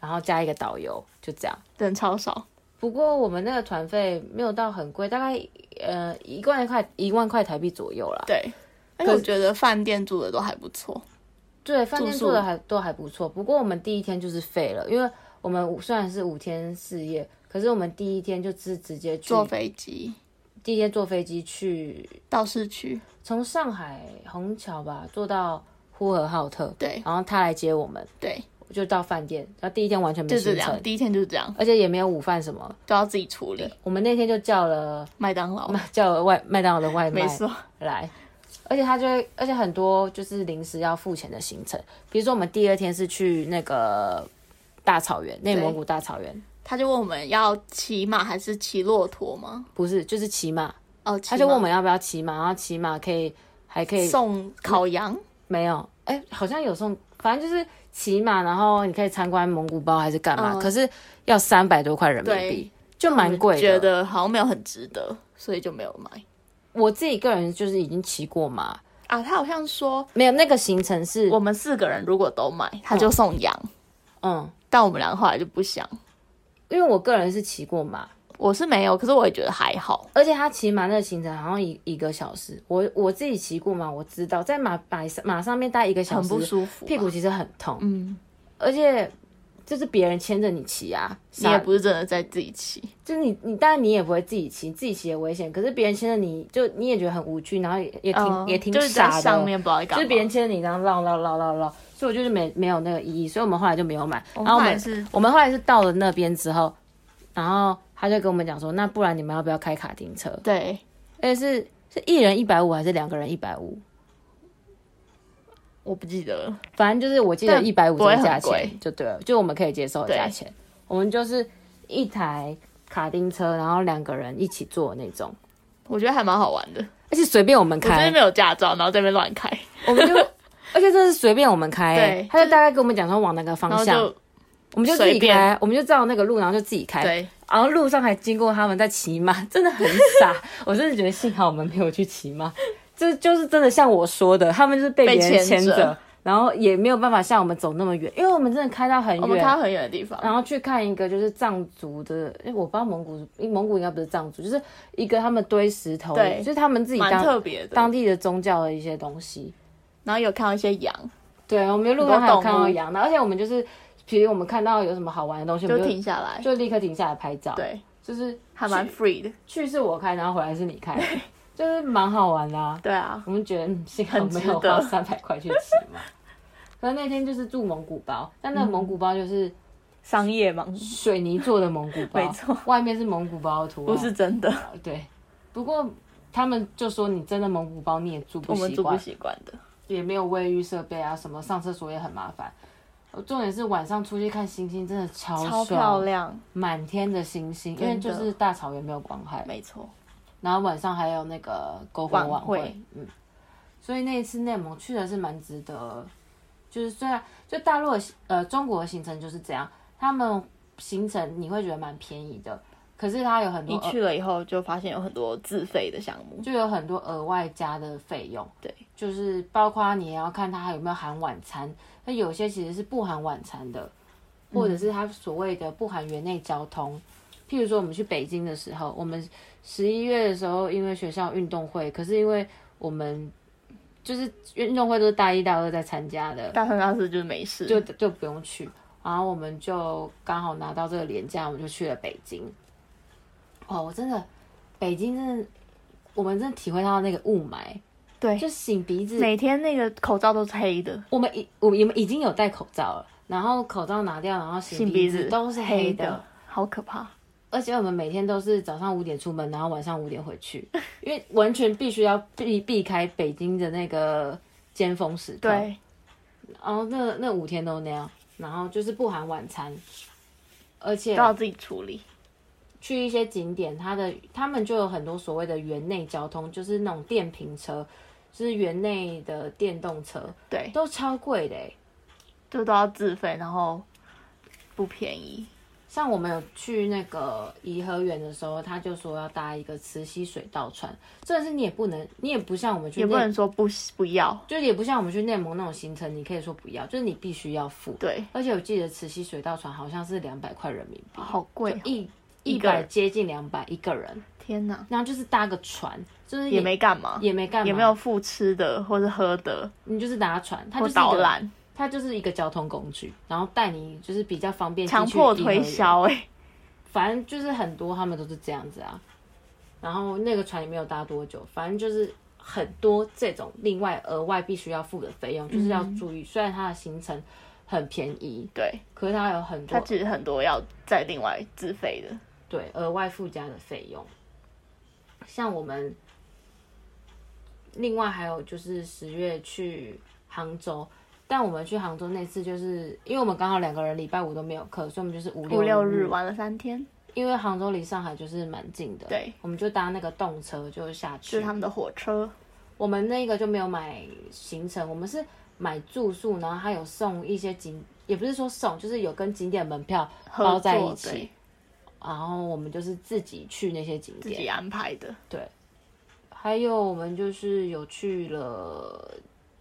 [SPEAKER 2] 然后加一个导游，就这样。
[SPEAKER 3] 人超少，
[SPEAKER 2] 不过我们那个团费没有到很贵，大概呃一万块一万块台币左右啦。
[SPEAKER 3] 对。而且
[SPEAKER 2] 可
[SPEAKER 3] 我觉得饭店住的都还不错，
[SPEAKER 2] 对，饭店
[SPEAKER 3] 住宿
[SPEAKER 2] 住的还都还不错。不过我们第一天就是废了，因为我们五虽然是五天四夜，可是我们第一天就是直接去
[SPEAKER 3] 坐飞机
[SPEAKER 2] 第一天坐飞机去
[SPEAKER 3] 到市区，
[SPEAKER 2] 从上海虹桥吧坐到呼和浩特，
[SPEAKER 3] 对
[SPEAKER 2] 然后他来接我们，
[SPEAKER 3] 对，
[SPEAKER 2] 我就到饭店。然后第一天完全没
[SPEAKER 3] 就这
[SPEAKER 2] 哦行
[SPEAKER 3] 样。
[SPEAKER 2] 程，
[SPEAKER 3] 第一天就是这样，
[SPEAKER 2] 而且也没有午饭什么。
[SPEAKER 3] 都要自己处理。
[SPEAKER 2] 我们那天就叫了
[SPEAKER 3] 麦当劳，
[SPEAKER 2] 叫了外麦当劳的外卖
[SPEAKER 3] 没错，
[SPEAKER 2] 来，而且他就会，而且很多就是临时要付钱的行程，比如说我们第二天是去那个大草原，内蒙古大草原，
[SPEAKER 3] 他就问我们要骑马还是骑骆驼吗？
[SPEAKER 2] 不是就是骑马，
[SPEAKER 3] 哦，
[SPEAKER 2] 他
[SPEAKER 3] 他
[SPEAKER 2] 就问我们要不要骑马，然后骑马可以还可以
[SPEAKER 3] 送烤羊，
[SPEAKER 2] 没有，哎、好像有送，反正就是骑马，然后你可以参观蒙古包还是干嘛，
[SPEAKER 3] 嗯
[SPEAKER 2] 可是要三百多块人民币
[SPEAKER 3] 对，
[SPEAKER 2] 就蛮贵的。
[SPEAKER 3] 觉得好像没有很值得，所以就没有买
[SPEAKER 2] 我自己个人就是已经骑过马，
[SPEAKER 3] 啊。他好像说
[SPEAKER 2] 没有那个行程是
[SPEAKER 3] 我，们四个人如果都买，他就送羊，
[SPEAKER 2] 嗯，
[SPEAKER 3] 但我们两个后来就不想。
[SPEAKER 2] 因为我个人是骑过马，
[SPEAKER 3] 我是没有，可是我也觉得还好。
[SPEAKER 2] 而且他骑马那个行程好像一一个小时，我我自己骑过马，我知道在马马马上面待一个小时
[SPEAKER 3] 很不舒服啊吧
[SPEAKER 2] 屁股其实很痛，
[SPEAKER 3] 嗯，
[SPEAKER 2] 而且就是别人牵着你骑啊，
[SPEAKER 3] 你也
[SPEAKER 2] 傻
[SPEAKER 3] 不是真的在自己骑，
[SPEAKER 2] 就是你你当然你也不会自己骑，自己骑也危险，可是别人牵着你就你也觉得很无趣，然后也也挺、
[SPEAKER 3] 嗯
[SPEAKER 2] 也挺
[SPEAKER 3] 就是在
[SPEAKER 2] 傻的，哦
[SPEAKER 3] 上面不知道在
[SPEAKER 2] 就
[SPEAKER 3] 干
[SPEAKER 2] 是
[SPEAKER 3] 嘛。
[SPEAKER 2] 别人牵着你这样绕绕绕绕绕，所以我就是没没有那个意义，所以我们后来就没有买。然
[SPEAKER 3] 们
[SPEAKER 2] 后我
[SPEAKER 3] 哦后
[SPEAKER 2] 们
[SPEAKER 3] 来是
[SPEAKER 2] 我们后来是到了那边之后，然后他就跟我们讲说，那不然你们要不要开卡丁车？
[SPEAKER 3] 对，
[SPEAKER 2] 而且是是一人一百五还是两个人一百五？
[SPEAKER 3] 我不记得了，
[SPEAKER 2] 反正就是我记得
[SPEAKER 3] 但
[SPEAKER 2] 一百五
[SPEAKER 3] 不
[SPEAKER 2] 这个
[SPEAKER 3] 会
[SPEAKER 2] 价
[SPEAKER 3] 很贵
[SPEAKER 2] 钱就对了，就我们可以接受的
[SPEAKER 3] 对
[SPEAKER 2] 价钱。我们就是一台卡丁车，然后两个人一起坐那种，
[SPEAKER 3] 我觉得还蛮好玩的。
[SPEAKER 2] 而且随便我们
[SPEAKER 3] 我真的
[SPEAKER 2] 开
[SPEAKER 3] 没，有驾照，然后在那边乱开，
[SPEAKER 2] 我们就 而且这是随便我们开、
[SPEAKER 3] 对
[SPEAKER 2] 他就大概跟我们讲说往哪个
[SPEAKER 3] 然
[SPEAKER 2] 方
[SPEAKER 3] 后
[SPEAKER 2] 向，
[SPEAKER 3] 就
[SPEAKER 2] 我们就自己
[SPEAKER 3] 随便
[SPEAKER 2] 开，我们就照那个路，然后就自己开。
[SPEAKER 3] 对，
[SPEAKER 2] 然后路上还经过他们在骑马， 真的很傻。我真的觉得幸好我们没有去骑马，这就是真的像我说的，他们就是被
[SPEAKER 3] 被
[SPEAKER 2] 别人
[SPEAKER 3] 牵
[SPEAKER 2] 牵
[SPEAKER 3] 着
[SPEAKER 2] 着，然后也没有办法像我们走那么远，因为我们真的开到很
[SPEAKER 3] 我们
[SPEAKER 2] 远
[SPEAKER 3] 开。到很远的地方，
[SPEAKER 2] 然后去看一个就是藏族的，哎，我不知道蒙古，蒙古应该不是藏族，就是一个他们堆石头，
[SPEAKER 3] 对
[SPEAKER 2] 就是他们自己
[SPEAKER 3] 蛮特
[SPEAKER 2] 当
[SPEAKER 3] 别的。
[SPEAKER 2] 当地的宗教的一些东西。
[SPEAKER 3] 然后有看到一些羊，
[SPEAKER 2] 对，我们路上还有看
[SPEAKER 3] 很多
[SPEAKER 2] 到
[SPEAKER 3] 动物
[SPEAKER 2] 羊的，而且我们就是，比如我们看到有什么好玩的东西，我
[SPEAKER 3] 就
[SPEAKER 2] 们
[SPEAKER 3] 停下来，
[SPEAKER 2] 就立刻停下来拍照。，
[SPEAKER 3] 对，
[SPEAKER 2] 就是
[SPEAKER 3] 还蛮
[SPEAKER 2] 去
[SPEAKER 3] free 的。
[SPEAKER 2] 去是我开，然后回来是你开，就是蛮好玩的、啊。
[SPEAKER 3] 对啊，
[SPEAKER 2] 我们觉得嗯幸好
[SPEAKER 3] 很
[SPEAKER 2] 没
[SPEAKER 3] 值
[SPEAKER 2] 有
[SPEAKER 3] 得
[SPEAKER 2] 花三百块去骑嘛。可是那天就是住蒙古包，但那个蒙古包就是
[SPEAKER 3] 商业嘛，
[SPEAKER 2] 水泥做的蒙古包，
[SPEAKER 3] 没错，
[SPEAKER 2] 外面是蒙古包的图案，啊
[SPEAKER 3] 不是真的，
[SPEAKER 2] 对。不过他们就说你真的蒙古包你也住不
[SPEAKER 3] 我们
[SPEAKER 2] 习
[SPEAKER 3] 住不
[SPEAKER 2] 惯，
[SPEAKER 3] 习惯的。
[SPEAKER 2] 也没有卫浴设备啊，什么上厕所也很麻烦。重点是晚上出去看星星，真的超
[SPEAKER 3] 超
[SPEAKER 2] 爽
[SPEAKER 3] 漂，亮，
[SPEAKER 2] 满天的星星，因为就
[SPEAKER 3] 真的
[SPEAKER 2] 是大草原没有光害，
[SPEAKER 3] 没错，
[SPEAKER 2] 然后晚上还有那个篝火晚
[SPEAKER 3] 晚
[SPEAKER 2] 会，
[SPEAKER 3] 会
[SPEAKER 2] 嗯，所以那一次内蒙去的是蛮值得，就是虽然就大陆的行呃中国的行程就是这样，他们行程你会觉得蛮便宜的，可是它有很多
[SPEAKER 3] 你
[SPEAKER 2] 额
[SPEAKER 3] 去了以后就发现有很多自费的项目，
[SPEAKER 2] 就有很多额外加的费用，
[SPEAKER 3] 对，
[SPEAKER 2] 就是包括你也要看它有没有含晚餐，那有些其实是不含晚餐的，或者是它所谓的不含园内交通，譬如说我们去北京的时候，我们十一月的时候，因为学校运动会，可是因为我们就是运动会都是大一大二在参加的，
[SPEAKER 3] 大三大四就是没事，
[SPEAKER 2] 就就不用去。然后我们就刚好拿到这个廉价，我们就去了北京。哦，我真的，北京真的，我们真的体会到那个雾霾，
[SPEAKER 3] 对，
[SPEAKER 2] 就擤鼻子。
[SPEAKER 3] 每天那个口罩都是黑的，
[SPEAKER 2] 我们已我们已经有戴口罩了，然后口罩拿掉，然后擤
[SPEAKER 3] 擤
[SPEAKER 2] 鼻
[SPEAKER 3] 鼻
[SPEAKER 2] 子
[SPEAKER 3] 子
[SPEAKER 2] 都是黑
[SPEAKER 3] 黑
[SPEAKER 2] 的。，
[SPEAKER 3] 好可怕。
[SPEAKER 2] 而且我们每天都是早上五点出门，然后晚上五点回去，因为完全必须要避避开北京的那个尖峰时刻。
[SPEAKER 3] 对，
[SPEAKER 2] 然后哦那那五天都那样，然后就是不含晚餐，而且
[SPEAKER 3] 都要自己处理。
[SPEAKER 2] 去一些景点，它的他们就有很多所谓的园内交通，就是那种电瓶车，就是园内的电动车，
[SPEAKER 3] 对，
[SPEAKER 2] 都超贵的欸。
[SPEAKER 3] 就都要自费，然后不便宜。
[SPEAKER 2] 像我们有去那个颐和园的时候，他就说要搭一个慈溪水道船，真的是你也不能，你也不像我们去
[SPEAKER 3] 也不
[SPEAKER 2] 内
[SPEAKER 3] 能，说不不要。
[SPEAKER 2] 就也不像我们去内蒙那种行程，你可以说不要，就是你必须要付。
[SPEAKER 3] 对，
[SPEAKER 2] 而且我记得慈溪水道船好像是两百块人民币，
[SPEAKER 3] 好贵哦、
[SPEAKER 2] 一一
[SPEAKER 3] 一个
[SPEAKER 2] 百
[SPEAKER 3] 人
[SPEAKER 2] 接近两百一个人，
[SPEAKER 3] 天哪，
[SPEAKER 2] 然后就是搭个船，就是
[SPEAKER 3] 也没干嘛，
[SPEAKER 2] 也没干嘛，
[SPEAKER 3] 也没有付吃的或是喝的
[SPEAKER 2] 你就是搭船，它就
[SPEAKER 3] 或
[SPEAKER 2] 是一
[SPEAKER 3] 导
[SPEAKER 2] 个，
[SPEAKER 3] 览，
[SPEAKER 2] 它就是一个交通工具，然后带你就是比较方便进去
[SPEAKER 3] 强迫
[SPEAKER 2] 颐和
[SPEAKER 3] 推
[SPEAKER 2] 园，
[SPEAKER 3] 销哎、
[SPEAKER 2] 反正就是很多他们都是这样子啊。然后那个船也没有搭多久，反正就是很多这种另外额外必须要付的费用，就是要
[SPEAKER 3] 嗯
[SPEAKER 2] 注意。虽然它的行程很便宜，
[SPEAKER 3] 哎对，
[SPEAKER 2] 可是它有很
[SPEAKER 3] 它
[SPEAKER 2] 多
[SPEAKER 3] 其实很多要再另外自费的。
[SPEAKER 2] 对额外附加的费用。像我们另外还有就是十月去杭州，但我们去杭州那次就是因为我们刚好两个人礼拜五都没有课，所以我们嗯就是五
[SPEAKER 3] 五六
[SPEAKER 2] 日
[SPEAKER 3] 日。玩了三天，
[SPEAKER 2] 因为杭州离上海就是蛮近的，
[SPEAKER 3] 对，
[SPEAKER 2] 我们就搭那个动车就下
[SPEAKER 3] 就
[SPEAKER 2] 去
[SPEAKER 3] 是。他们的火车，
[SPEAKER 2] 我们那个就没有买行程，我们是买住宿，然后还有送一些景，也不是说送，就是有跟景点门票包
[SPEAKER 3] 合
[SPEAKER 2] 在一
[SPEAKER 3] 作
[SPEAKER 2] 起
[SPEAKER 3] 对，
[SPEAKER 2] 然后我们就是自己去那些景
[SPEAKER 3] 自
[SPEAKER 2] 点
[SPEAKER 3] 己。安排的。
[SPEAKER 2] 对，还有我们就是有去了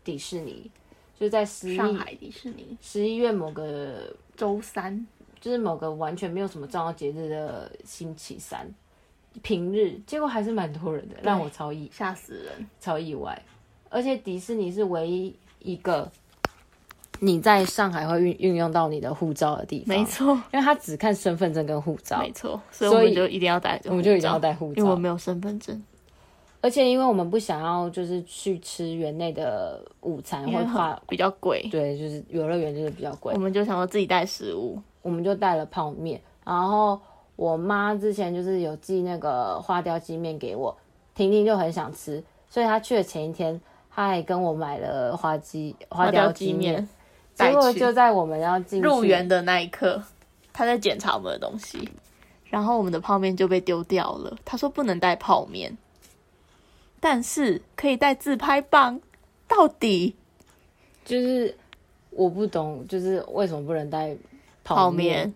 [SPEAKER 2] 迪士尼，就在十一
[SPEAKER 3] 上海迪士尼
[SPEAKER 2] 十一月某个
[SPEAKER 3] 周三，
[SPEAKER 2] 就是某个完全没有什么重要节日的星期三平日，结果还是蛮多人的，让我超意
[SPEAKER 3] 吓死人！
[SPEAKER 2] 超意外。而且迪士尼是唯一一个你在上海会运运用到你的护照的地方，
[SPEAKER 3] 没，错，
[SPEAKER 2] 因为他只看身份证跟护照，
[SPEAKER 3] 没错，所以
[SPEAKER 2] 所
[SPEAKER 3] 我
[SPEAKER 2] 以
[SPEAKER 3] 们就一定要带，
[SPEAKER 2] 我们就一定要带护
[SPEAKER 3] 因为我
[SPEAKER 2] 照。
[SPEAKER 3] 没有身份证，
[SPEAKER 2] 而且因为我们不想要就是去吃园内的午餐，
[SPEAKER 3] 因
[SPEAKER 2] 会
[SPEAKER 3] 为
[SPEAKER 2] 花
[SPEAKER 3] 很比较贵，
[SPEAKER 2] 对，就是游乐园就是比较贵
[SPEAKER 3] 我，们就想说自己带食物，
[SPEAKER 2] 我们就带了泡面。然后我妈之前就是有寄那个花雕鸡面给我，婷婷就很想吃，所以她去的前一天，她还跟我买了花鸡花雕鸡面。，结
[SPEAKER 3] 带
[SPEAKER 2] 果
[SPEAKER 3] 去
[SPEAKER 2] 就在我们要进去
[SPEAKER 3] 入园，的那一刻，他在检查我们的东西，然后我们的泡面就被丢掉了。他说不能带泡面，但是可以带自拍棒。到底
[SPEAKER 2] 就是我不懂，就是为什么不能带泡
[SPEAKER 3] 泡面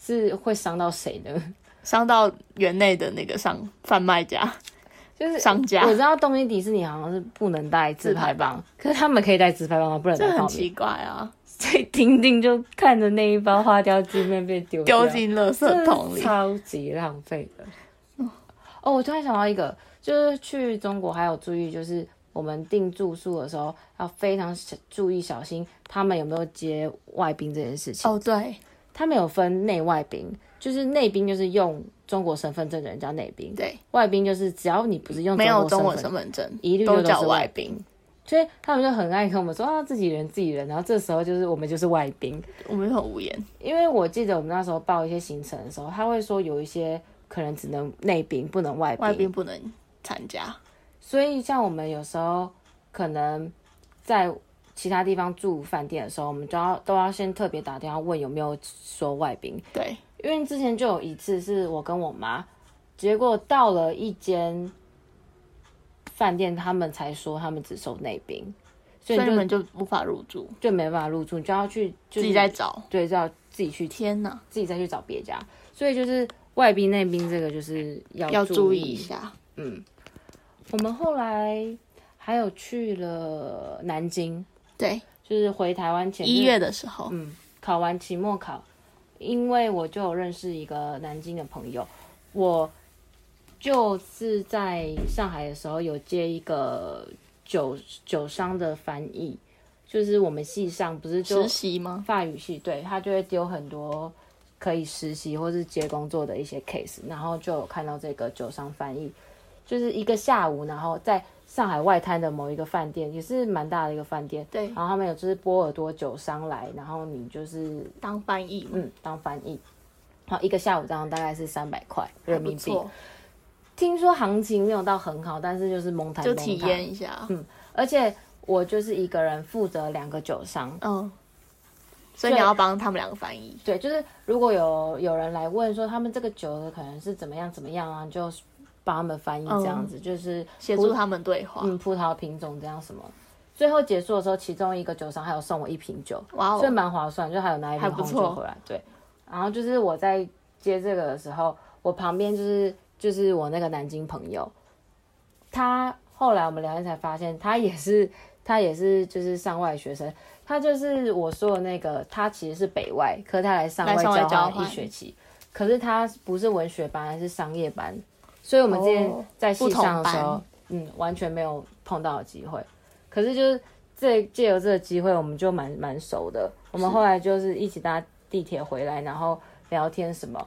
[SPEAKER 2] 是会伤到谁呢？
[SPEAKER 3] 伤到园内的那个商贩卖家，
[SPEAKER 2] 就是
[SPEAKER 3] 商家
[SPEAKER 2] 我知道东京迪士尼好像是不能带自拍棒，可是他们可以带自拍棒，不能
[SPEAKER 3] 这
[SPEAKER 2] 带泡
[SPEAKER 3] 很
[SPEAKER 2] 面。
[SPEAKER 3] 奇怪啊！
[SPEAKER 2] 所以婷婷就看着那一包花雕鸡面被丢掉
[SPEAKER 3] 丢进垃
[SPEAKER 2] 真
[SPEAKER 3] 圾桶
[SPEAKER 2] 的
[SPEAKER 3] 里，
[SPEAKER 2] 超级浪费的。哦，我突然想到一个，就是去中国还有注意，就是我们订住宿的时候要非常小注意小心，他们有没有接外宾这件事情。
[SPEAKER 3] 哦对
[SPEAKER 2] 他们有分内外宾，就是内宾就是用中国身份证的人叫内宾，
[SPEAKER 3] 对，
[SPEAKER 2] 外宾就是只要你不是用
[SPEAKER 3] 没有中
[SPEAKER 2] 中
[SPEAKER 3] 文
[SPEAKER 2] 国身
[SPEAKER 3] 身
[SPEAKER 2] 份，
[SPEAKER 3] 份证，
[SPEAKER 2] 一律就
[SPEAKER 3] 都
[SPEAKER 2] 是
[SPEAKER 3] 叫
[SPEAKER 2] 外
[SPEAKER 3] 外
[SPEAKER 2] 宾
[SPEAKER 3] 宾。
[SPEAKER 2] 所以他们就很爱跟我们说啊自己人自己人，然后这时候就是我们就是外宾，
[SPEAKER 3] 我们很无言，
[SPEAKER 2] 因为我记得我们那时候报一些行程的时候，他会说有一些可能只能内宾不能外宾，
[SPEAKER 3] 外宾不能参加，
[SPEAKER 2] 所以像我们有时候可能在其他地方住饭店的时候，我们都要都要先特别打电话问有没有说外宾，
[SPEAKER 3] 对，
[SPEAKER 2] 因为之前就有一次是我跟我妈，结果到了一间饭店，他们才说他们只收内宾，所
[SPEAKER 3] 所
[SPEAKER 2] 以
[SPEAKER 3] 以你
[SPEAKER 2] 你就
[SPEAKER 3] 们就无法入住，
[SPEAKER 2] 就没办法入住，你就要去、就
[SPEAKER 3] 自
[SPEAKER 2] 是、
[SPEAKER 3] 己在找。
[SPEAKER 2] 对，就要自己去
[SPEAKER 3] 天哪，
[SPEAKER 2] 自己再去找别家。所以就是外宾内宾这个就是要
[SPEAKER 3] 要
[SPEAKER 2] 注
[SPEAKER 3] 注意一。下。
[SPEAKER 2] 我们后来还有去了南京，
[SPEAKER 3] 对，
[SPEAKER 2] 就是回台湾前
[SPEAKER 3] 一月的时候，
[SPEAKER 2] 嗯考完期末考，因为我就有认识一个南京的朋友，我就是在上海的时候有接一个酒酒商的翻译，就是我们系上不是就
[SPEAKER 3] 实习吗？
[SPEAKER 2] 法语系，对他就会丢很多可以实习或是接工作的一些 case，然后就有看到这个酒商翻译，就是一个下午，然后在上海外滩的某一个饭店，也是蛮大的一个饭店，
[SPEAKER 3] 对
[SPEAKER 2] 然后他们有就是波尔多酒商来，然后你就是
[SPEAKER 3] 当翻译嘛，
[SPEAKER 2] 嗯当翻译，然后一个下午这样大概是三百块
[SPEAKER 3] 还
[SPEAKER 2] 人
[SPEAKER 3] 不
[SPEAKER 2] 民币，
[SPEAKER 3] 错，
[SPEAKER 2] 听说行情没有到很好，但是就是蒙台
[SPEAKER 3] 就
[SPEAKER 2] 蒙
[SPEAKER 3] 体
[SPEAKER 2] 台
[SPEAKER 3] 验一下，嗯
[SPEAKER 2] 而且我就是一个人负责两个酒商，
[SPEAKER 3] 嗯所以你要帮他们两个翻译，
[SPEAKER 2] 对，就是如果有有人来问说他们这个酒的可能是怎么样怎么样啊，就帮他们翻译这样子，就是
[SPEAKER 3] 嗯协助啊他们对话。
[SPEAKER 2] 嗯葡萄品种这样什么。最后结束的时候，其中一个酒商还有送我一瓶酒，
[SPEAKER 3] 哇
[SPEAKER 2] 所以
[SPEAKER 3] 哦，
[SPEAKER 2] 蛮划算，就还有拿一
[SPEAKER 3] 还
[SPEAKER 2] 瓶
[SPEAKER 3] 不
[SPEAKER 2] 红
[SPEAKER 3] 错
[SPEAKER 2] 酒回来。对，然后就是我在接这个的时候，我旁边就是就是我那个南京朋友，他后来我们聊天才发现，他也是他也是就是上外学生，他就是我说的那个，他其实是北外，可是他来上
[SPEAKER 3] 来上
[SPEAKER 2] 外
[SPEAKER 3] 外交
[SPEAKER 2] 交换一
[SPEAKER 3] 换
[SPEAKER 2] 学期，可是他不是文学班，是商业班，所以我们之前
[SPEAKER 3] 哦
[SPEAKER 2] 在
[SPEAKER 3] 不
[SPEAKER 2] 系
[SPEAKER 3] 同
[SPEAKER 2] 上的时候，
[SPEAKER 3] 班
[SPEAKER 2] 嗯，完全没有碰到的机会。可是就是这借由这个机会，我们就蛮蛮熟的。我们后来就是一起搭地铁回来，然后聊天什么。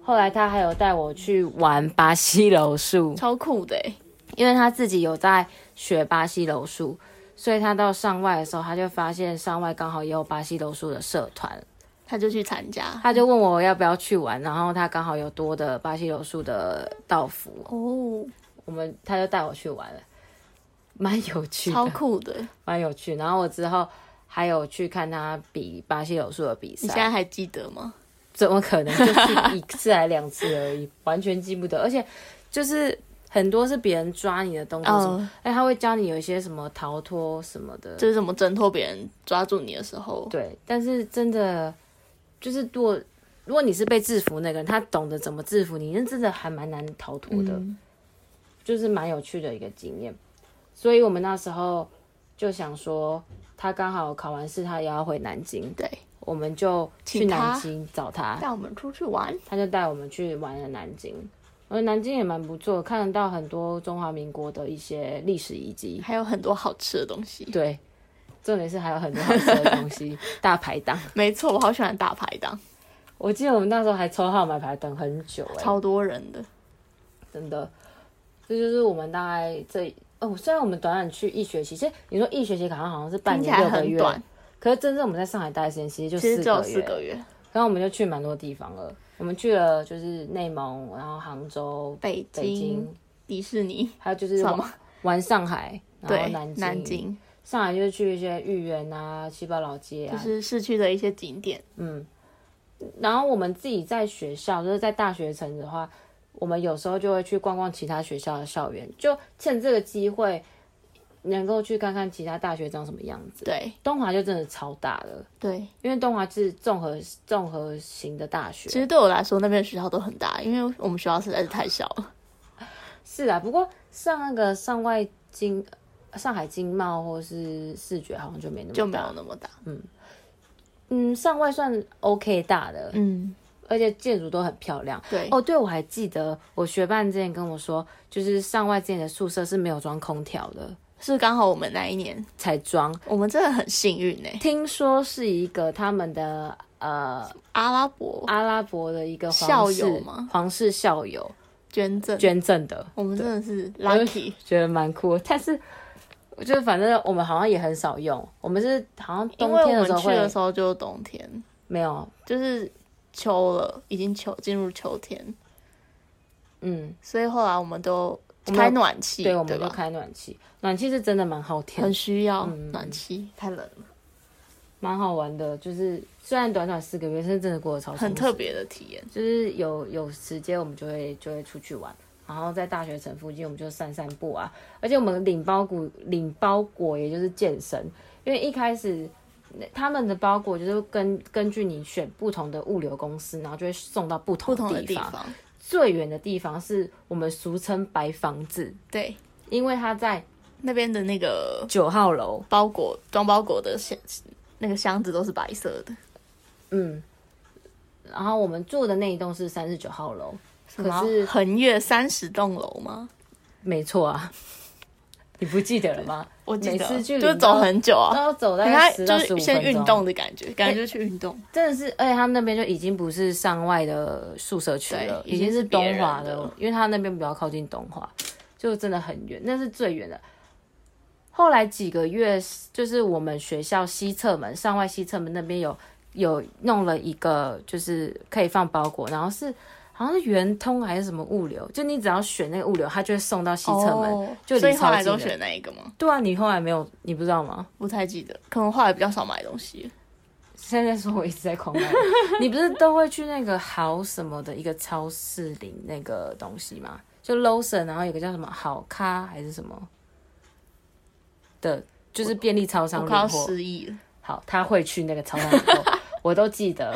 [SPEAKER 2] 后来他还有带我去玩巴西柔术，
[SPEAKER 3] 超酷的欸，
[SPEAKER 2] 因为他自己有在学巴西柔术，所以他到上外的时候，他就发现上外刚好也有巴西柔术的社团，
[SPEAKER 3] 他就去参加。
[SPEAKER 2] 他就问我要不要去玩，然后他刚好有多的巴西柔术的道服，
[SPEAKER 3] 哦，
[SPEAKER 2] 我们他就带我去玩了，蛮有趣
[SPEAKER 3] 超
[SPEAKER 2] 的，
[SPEAKER 3] 酷的！
[SPEAKER 2] 蛮有趣。然后我之后还有去看他比巴西柔术的比
[SPEAKER 3] 你现在
[SPEAKER 2] 赛，
[SPEAKER 3] 还记得吗？
[SPEAKER 2] 怎么可能就是一次还两次而已， 完全记不得，而且就是。很多是别人抓你的动作什么，
[SPEAKER 3] 嗯
[SPEAKER 2] 哎、他会教你有一些什么逃脱什么的，
[SPEAKER 3] 就是怎么挣脱别人抓住你的时候，
[SPEAKER 2] 对，但是真的就是如果如果你是被制服那个人，他懂得怎么制服你，那真的还蛮难逃脱的，
[SPEAKER 3] 嗯
[SPEAKER 2] 就是蛮有趣的一个经验。所以我们那时候就想说，他刚好考完试，他也要回南京，
[SPEAKER 3] 对，
[SPEAKER 2] 我们就去
[SPEAKER 3] 请他
[SPEAKER 2] 南京找他，
[SPEAKER 3] 带我们出去玩，
[SPEAKER 2] 他就带我们去玩了南京。我觉得南京也蛮不错，看得到很多中华民国的一些历史遗迹。
[SPEAKER 3] 还有很多好吃的东西。
[SPEAKER 2] 对，重点是还有很多好吃的东 西，大排档。
[SPEAKER 3] 没错，我好喜欢大排档，
[SPEAKER 2] 我记得我们那时候还抽号码牌等很久、欸，
[SPEAKER 3] 超多人的。
[SPEAKER 2] 真的，这就是我们大概这哦，虽然我们短短去一学期，其实你说一学期好像好像是半
[SPEAKER 3] 听起
[SPEAKER 2] 年
[SPEAKER 3] 来
[SPEAKER 2] 六个
[SPEAKER 3] 很
[SPEAKER 2] 月，
[SPEAKER 3] 短，
[SPEAKER 2] 可是真正我们在上海待的时间其实就
[SPEAKER 3] 其实
[SPEAKER 2] 四
[SPEAKER 3] 只有
[SPEAKER 2] 个
[SPEAKER 3] 四
[SPEAKER 2] 月，
[SPEAKER 3] 个月。
[SPEAKER 2] 然后我们就去蛮多地方了，我们去了就是内蒙，然后杭州、
[SPEAKER 3] 北京、
[SPEAKER 2] 北京，
[SPEAKER 3] 迪士尼，
[SPEAKER 2] 还有就是
[SPEAKER 3] 什
[SPEAKER 2] 玩
[SPEAKER 3] 么？
[SPEAKER 2] 玩上海，然后
[SPEAKER 3] 对，
[SPEAKER 2] 南京，
[SPEAKER 3] 南京
[SPEAKER 2] 上海就是去一些豫园啊、七宝老街啊，
[SPEAKER 3] 就是市区的一些景点，
[SPEAKER 2] 嗯，然后我们自己在学校，就是在大学城的话，我们有时候就会去逛逛其他学校的校园，就趁这个机会能够去看看其他大学长什么样子。
[SPEAKER 3] 对
[SPEAKER 2] 东华就真的超大了，
[SPEAKER 3] 对。
[SPEAKER 2] 因为东华是综合综合型的大
[SPEAKER 3] 其
[SPEAKER 2] 学。
[SPEAKER 3] 实对我来说，那边的学校都很大，因为我们学校实在是太小了。
[SPEAKER 2] 是啊，不过上那个上外经。上海经贸或是视觉好像就没那么
[SPEAKER 3] 就没有
[SPEAKER 2] 大
[SPEAKER 3] 那么大，
[SPEAKER 2] 嗯，上外算 OK 大的，
[SPEAKER 3] 嗯，
[SPEAKER 2] 而且建筑都很漂亮。
[SPEAKER 3] 对，
[SPEAKER 2] 哦，对，我还记得我学伴之前跟我说，就是上外之前的宿舍是没有装空调的，
[SPEAKER 3] 是刚好我们那一年，
[SPEAKER 2] 才装。
[SPEAKER 3] 我们真的很幸运呢、欸
[SPEAKER 2] 听说是一个他们的呃
[SPEAKER 3] 阿拉伯
[SPEAKER 2] 阿拉伯的一个
[SPEAKER 3] 校
[SPEAKER 2] 皇
[SPEAKER 3] 友
[SPEAKER 2] 室
[SPEAKER 3] 吗
[SPEAKER 2] 皇室校友
[SPEAKER 3] 捐赠，
[SPEAKER 2] 捐赠的，
[SPEAKER 3] 我们真的是
[SPEAKER 2] 我就
[SPEAKER 3] lucky，
[SPEAKER 2] 觉得蛮酷的。但是就是反正我们好像也很少用，我们是好像
[SPEAKER 3] 因
[SPEAKER 2] 冬
[SPEAKER 3] 为
[SPEAKER 2] 天
[SPEAKER 3] 我
[SPEAKER 2] 的时
[SPEAKER 3] 们
[SPEAKER 2] 候会
[SPEAKER 3] 去的时候就是冬天，
[SPEAKER 2] 没有，
[SPEAKER 3] 就是秋了，已经秋进入秋天，
[SPEAKER 2] 嗯，
[SPEAKER 3] 所以后来我们都
[SPEAKER 2] 我们
[SPEAKER 3] 开暖气，
[SPEAKER 2] 对，我们就
[SPEAKER 3] 吧？
[SPEAKER 2] 开暖气，暖气是真的蛮耗电的
[SPEAKER 3] 很需要
[SPEAKER 2] 嗯
[SPEAKER 3] 暖气，太冷了，
[SPEAKER 2] 蛮好玩的。就是虽然短短四个月，但是真的过得超
[SPEAKER 3] 很
[SPEAKER 2] 充
[SPEAKER 3] 特
[SPEAKER 2] 实
[SPEAKER 3] 别的体验。
[SPEAKER 2] 就是有有时间我们就会就会出去玩，然后在大学城附近我们就散散步啊，而且我们领包裹领包裹也就是健身，因为一开始那他们的包裹就是根根据你选不同的物流公司，然后就会送到不
[SPEAKER 3] 不
[SPEAKER 2] 同
[SPEAKER 3] 同的
[SPEAKER 2] 的
[SPEAKER 3] 地
[SPEAKER 2] 地方。
[SPEAKER 3] 方，
[SPEAKER 2] 最远的地方是我们俗称白房子，
[SPEAKER 3] 对，
[SPEAKER 2] 因为它在
[SPEAKER 3] 那边的那个
[SPEAKER 2] 九号楼，
[SPEAKER 3] 包裹装包裹的箱，那个箱子都是白色的，
[SPEAKER 2] 嗯，然后我们住的那一栋是三十九号楼，
[SPEAKER 3] 什
[SPEAKER 2] 可
[SPEAKER 3] 么
[SPEAKER 2] 是
[SPEAKER 3] 横越三十栋楼吗？
[SPEAKER 2] 没错啊，你不记得了吗？
[SPEAKER 3] 我记
[SPEAKER 2] 每次
[SPEAKER 3] 得
[SPEAKER 2] 距离哦
[SPEAKER 3] 就走很久
[SPEAKER 2] 都
[SPEAKER 3] 啊，
[SPEAKER 2] 要走大
[SPEAKER 3] 人家
[SPEAKER 2] 概十到
[SPEAKER 3] 就
[SPEAKER 2] 十五
[SPEAKER 3] 是
[SPEAKER 2] 分
[SPEAKER 3] 先
[SPEAKER 2] 钟。
[SPEAKER 3] 运动的感觉，感觉就去运动。
[SPEAKER 2] 真的是，而且他们那边就已经不是上外的宿舍区了，
[SPEAKER 3] 对
[SPEAKER 2] 已经是东华
[SPEAKER 3] 已经是别人的
[SPEAKER 2] 因为他那边比较靠近东华，就真的很远，那是最远的。后来几个月，就是我们学校西侧门、上外西侧门那边有有弄了一个，就是可以放包裹，然后是好像是圆通还是什么物流，就你只要选那个物流，它就会送到西侧门。
[SPEAKER 3] 哦
[SPEAKER 2] 就离
[SPEAKER 3] 所以后
[SPEAKER 2] 超
[SPEAKER 3] 来
[SPEAKER 2] 近
[SPEAKER 3] 都
[SPEAKER 2] 的
[SPEAKER 3] 选那一个吗？
[SPEAKER 2] 对啊，你后来没有，你不知道吗？
[SPEAKER 3] 不太记得，可能后来比较少买东西。
[SPEAKER 2] 现在说我一直在狂 买，你不是都会去那个好什么的一个超市领那个东西吗？就 Lawson，然后有个叫什么好咖还是什么的，就是便利超
[SPEAKER 3] 我
[SPEAKER 2] 商
[SPEAKER 3] 快要
[SPEAKER 2] 领货。
[SPEAKER 3] 失忆了，
[SPEAKER 2] 好，他会去那个超商领 货，我都记得，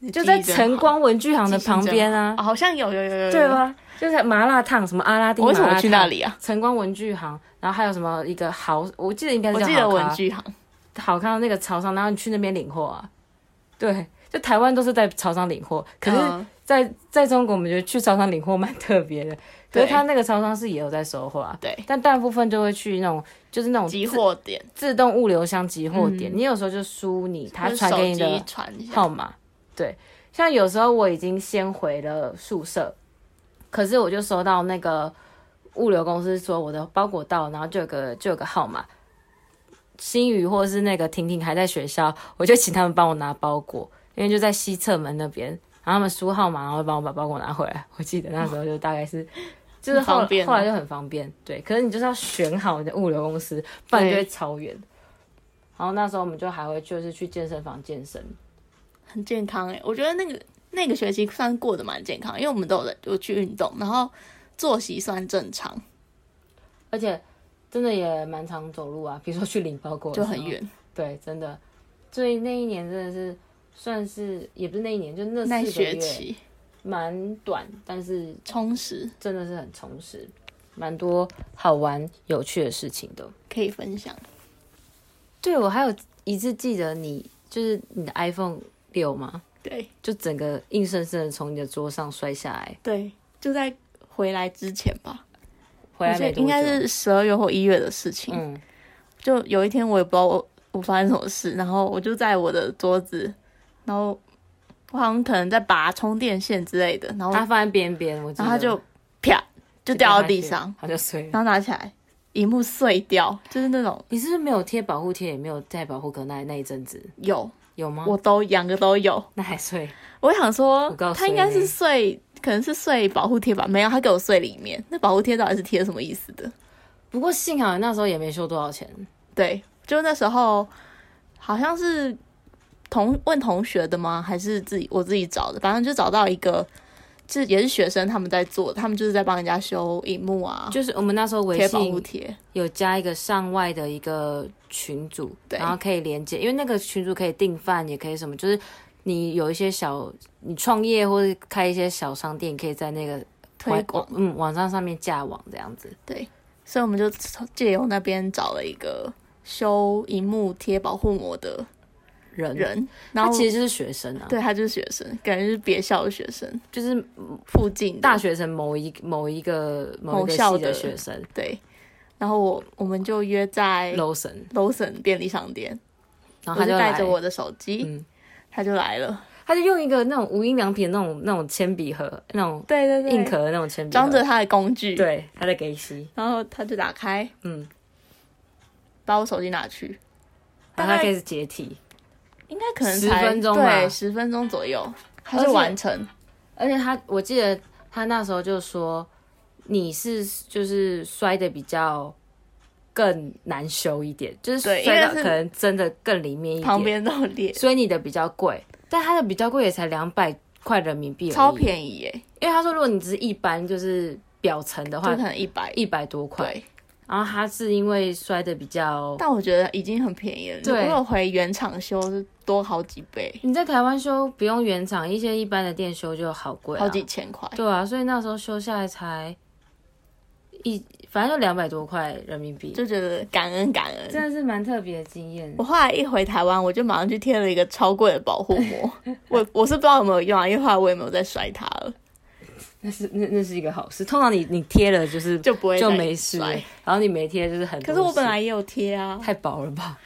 [SPEAKER 3] 你
[SPEAKER 2] 就
[SPEAKER 3] 记忆
[SPEAKER 2] 在
[SPEAKER 3] 真
[SPEAKER 2] 晨
[SPEAKER 3] 好
[SPEAKER 2] 光文具行的
[SPEAKER 3] 记性
[SPEAKER 2] 旁
[SPEAKER 3] 真
[SPEAKER 2] 边
[SPEAKER 3] 好
[SPEAKER 2] 啊，
[SPEAKER 3] 好像有有有有有
[SPEAKER 2] 对？吧？就是麻辣烫，什么阿拉丁
[SPEAKER 3] 我
[SPEAKER 2] 麻
[SPEAKER 3] 为
[SPEAKER 2] 辣
[SPEAKER 3] 什
[SPEAKER 2] 烫，
[SPEAKER 3] 么去那里啊？
[SPEAKER 2] 晨光文具行，然后还有什么一个好，我记得应该是
[SPEAKER 3] 我
[SPEAKER 2] 叫
[SPEAKER 3] 记得
[SPEAKER 2] 好咖
[SPEAKER 3] 文具行，
[SPEAKER 2] 好看到那个超商，然后你去那边领货啊。对，就台湾都是在超商领货，可是
[SPEAKER 3] 嗯
[SPEAKER 2] 在，在中国，我们觉得去超商领货蛮特别的。可是
[SPEAKER 3] 对
[SPEAKER 2] 他那个超商是也有在收货啊，
[SPEAKER 3] 对
[SPEAKER 2] 但大部分就会去那种就是那种
[SPEAKER 3] 集
[SPEAKER 2] 自
[SPEAKER 3] 货点，
[SPEAKER 2] 自动物流箱集货点，
[SPEAKER 3] 嗯
[SPEAKER 2] 你有时候就输你他
[SPEAKER 3] 就是
[SPEAKER 2] 传
[SPEAKER 3] 手
[SPEAKER 2] 给你
[SPEAKER 3] 机
[SPEAKER 2] 的
[SPEAKER 3] 传一下，
[SPEAKER 2] 号码。对，像有时候我已经先回了宿舍，可是我就收到那个物流公司说我的包裹到，然后就有个就有个号码。新宇或是那个婷婷还在学校，我就请他们帮我拿包裹，因为就在西侧门那边，然后他们输号码，然后帮我把包裹拿回来。我记得那时候就大概 是，就是后
[SPEAKER 3] 很方便啊
[SPEAKER 2] 后来就很方便，对。可是你就是要选好你的物流公司，不然就会
[SPEAKER 3] 对
[SPEAKER 2] 超远。然后那时候我们就还会就是去健身房健身，
[SPEAKER 3] 很健康哎、我觉得那个那个学期算过得蛮健康，因为我们都有在有去运动，然后作息算正常，
[SPEAKER 2] 而且真的也蛮常走路啊，比 如说去领包裹的
[SPEAKER 3] 就
[SPEAKER 2] 时候
[SPEAKER 3] 很。远。
[SPEAKER 2] 对，真的，所以那一年真的是算是也不是那一年，就那
[SPEAKER 3] 那
[SPEAKER 2] 四个
[SPEAKER 3] 学
[SPEAKER 2] 月
[SPEAKER 3] 期
[SPEAKER 2] 蛮短，但是
[SPEAKER 3] 充实
[SPEAKER 2] 真的是很充实，蛮多好玩有趣的事情的。
[SPEAKER 3] 可以分享，
[SPEAKER 2] 对我还有一次记得你就是你的 iPhone 六吗？
[SPEAKER 3] 对
[SPEAKER 2] 就整个硬生生的从你的桌上摔下来，
[SPEAKER 3] 对，就在回来之前吧，
[SPEAKER 2] 回来
[SPEAKER 3] 我觉
[SPEAKER 2] 没
[SPEAKER 3] 得
[SPEAKER 2] 多久
[SPEAKER 3] 应该是十二月或一月的事情。
[SPEAKER 2] 嗯，
[SPEAKER 3] 就有一天我也不知道我我发生什么事，然后我就在我的桌子，然后我好像可能在拔充电线之类的，然后
[SPEAKER 2] 它放在边边，我记得
[SPEAKER 3] 然后它就啪就掉到地
[SPEAKER 2] 掉下
[SPEAKER 3] 上
[SPEAKER 2] 去，，它就碎了。
[SPEAKER 3] 然后拿起来，荧幕碎掉，就是那种
[SPEAKER 2] 你是不是没有贴保护贴，也没有戴保护壳那那一阵子
[SPEAKER 3] 有
[SPEAKER 2] 有吗？
[SPEAKER 3] 我都两个都有，
[SPEAKER 2] 那还碎，
[SPEAKER 3] 我想说
[SPEAKER 2] 哦我告诉
[SPEAKER 3] 它应该
[SPEAKER 2] 你
[SPEAKER 3] 是碎，可能是碎保护贴吧，没有，它给我碎里面，那保护贴到底是贴什么意思的？
[SPEAKER 2] 不过幸好你那时候也没修多少钱，
[SPEAKER 3] 对，就那时候好像是同问同学的吗？还是自己我自己找的？反正就找到一个，这也是学生他们在做，他们就是在帮人家修荧幕啊，
[SPEAKER 2] 就是我们那时候微
[SPEAKER 3] 贴保护
[SPEAKER 2] 信
[SPEAKER 3] 贴。
[SPEAKER 2] 有加一个上外的一个群组，
[SPEAKER 3] 对
[SPEAKER 2] 然后可以连接，因为那个群组可以订饭，也可以什么，就是你有一些小你创业或者开一些小商店，可以在那个
[SPEAKER 3] 推广
[SPEAKER 2] 网嗯网站上面架网这样子。
[SPEAKER 3] 所以我们就借由那边找了一个修荧幕贴保护膜的
[SPEAKER 2] 人，
[SPEAKER 3] 人，然
[SPEAKER 2] 他
[SPEAKER 3] 后
[SPEAKER 2] 其实就是学生啊，
[SPEAKER 3] 对他就是学生，感觉就是别校的学生，
[SPEAKER 2] 就是
[SPEAKER 3] 附近的
[SPEAKER 2] 大学生某一某一个某一个
[SPEAKER 3] 某校
[SPEAKER 2] 系的
[SPEAKER 3] 的
[SPEAKER 2] 学生
[SPEAKER 3] 对。然后我我们就约在
[SPEAKER 2] l o s o n
[SPEAKER 3] Lawson 便利商店，
[SPEAKER 2] 然后他
[SPEAKER 3] 我就
[SPEAKER 2] 就
[SPEAKER 3] 带
[SPEAKER 2] 来
[SPEAKER 3] 着我的手机，
[SPEAKER 2] 嗯
[SPEAKER 3] 他就来了。
[SPEAKER 2] 他就用一个那种无印良品的那种那种铅笔盒，那种
[SPEAKER 3] 对对对，
[SPEAKER 2] 硬壳的那种铅笔盒，
[SPEAKER 3] 装着他的工具，，
[SPEAKER 2] 对他在给吸，
[SPEAKER 3] 然后他就打开，
[SPEAKER 2] 嗯，
[SPEAKER 3] 把我手机拿去，
[SPEAKER 2] 然
[SPEAKER 3] 大
[SPEAKER 2] 后
[SPEAKER 3] 概
[SPEAKER 2] 他开始解体，
[SPEAKER 3] 应该可能
[SPEAKER 2] 10
[SPEAKER 3] 才
[SPEAKER 2] 分钟吧
[SPEAKER 3] 对，十分钟左右，他
[SPEAKER 2] 而
[SPEAKER 3] 就
[SPEAKER 2] 且
[SPEAKER 3] 完成，
[SPEAKER 2] 而且他我记得他那时候就说你是就是摔的比较更难修一点，就是
[SPEAKER 3] 对
[SPEAKER 2] 摔
[SPEAKER 3] 因
[SPEAKER 2] 到
[SPEAKER 3] 为是
[SPEAKER 2] 可能真的更里面一
[SPEAKER 3] 旁
[SPEAKER 2] 点，
[SPEAKER 3] 边都有裂，
[SPEAKER 2] 所以你的比较贵，但他的比较贵也才两百块人民币，
[SPEAKER 3] 超
[SPEAKER 2] 宜。
[SPEAKER 3] 便宜耶，
[SPEAKER 2] 因为他说如果你只是一般就是表层的
[SPEAKER 3] 就
[SPEAKER 2] 话
[SPEAKER 3] 可，能一百，
[SPEAKER 2] 一百多块，
[SPEAKER 3] 对，
[SPEAKER 2] 然后他是因为摔的比较
[SPEAKER 3] 但我觉得已经很便宜了，
[SPEAKER 2] 对
[SPEAKER 3] 如果回原厂修是多好几倍，
[SPEAKER 2] 你在台湾修不用原厂，一些一般的店修就好贵、啊，
[SPEAKER 3] 好几千块，
[SPEAKER 2] 对啊，所以那时候修下来才一反正就两百多块人民币，
[SPEAKER 3] 就哦觉得感恩感
[SPEAKER 2] 真
[SPEAKER 3] 恩。
[SPEAKER 2] 的是蛮特别的经验
[SPEAKER 3] 我。后来一回台湾，我就马上去贴了一个超贵的保护 膜，我我是不知道有没有用啊，因为后来我也没有再摔它了，
[SPEAKER 2] 那是那那是一个好事。通常你你贴了就是
[SPEAKER 3] 就不会
[SPEAKER 2] 就
[SPEAKER 3] 再
[SPEAKER 2] 没事，
[SPEAKER 3] 摔
[SPEAKER 2] 然后你没贴就是很多
[SPEAKER 3] 可
[SPEAKER 2] 事。
[SPEAKER 3] 是我本来也有贴啊，
[SPEAKER 2] 太薄了吧，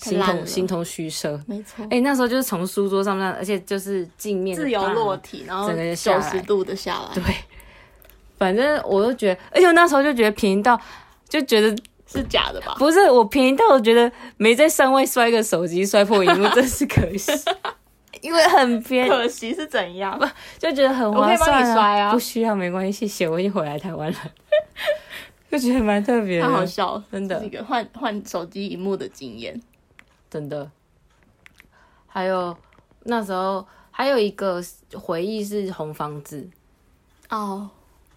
[SPEAKER 3] 太
[SPEAKER 2] 形
[SPEAKER 3] 烂
[SPEAKER 2] 同
[SPEAKER 3] 了
[SPEAKER 2] 形同虚设。
[SPEAKER 3] 没错，
[SPEAKER 2] 哎、那时候就是从书桌上面，而且就是镜面
[SPEAKER 3] 自由落
[SPEAKER 2] 体。
[SPEAKER 3] 体，然后
[SPEAKER 2] 整个就下
[SPEAKER 3] 九
[SPEAKER 2] 来
[SPEAKER 3] 十度的下来，
[SPEAKER 2] 对，反正我就觉得，而且我那时候就觉得便宜到，就觉得
[SPEAKER 3] 是假的吧？
[SPEAKER 2] 不是我便宜到，我觉得没在上外摔个手机摔破荧幕真是可 惜，因为很便宜，
[SPEAKER 3] 可惜是怎样？
[SPEAKER 2] 就觉得很
[SPEAKER 3] 我可
[SPEAKER 2] 划
[SPEAKER 3] 以帮
[SPEAKER 2] 算、
[SPEAKER 3] 你摔啊
[SPEAKER 2] 不需要没关系，谢谢，我已经回来台湾了， 就觉得蛮特别
[SPEAKER 3] 太好
[SPEAKER 2] 的，
[SPEAKER 3] 笑了，
[SPEAKER 2] 真的
[SPEAKER 3] 这是一个换换手机荧幕的经验。
[SPEAKER 2] 真的。还有那时候还有一个回忆是红房子，
[SPEAKER 3] 哦，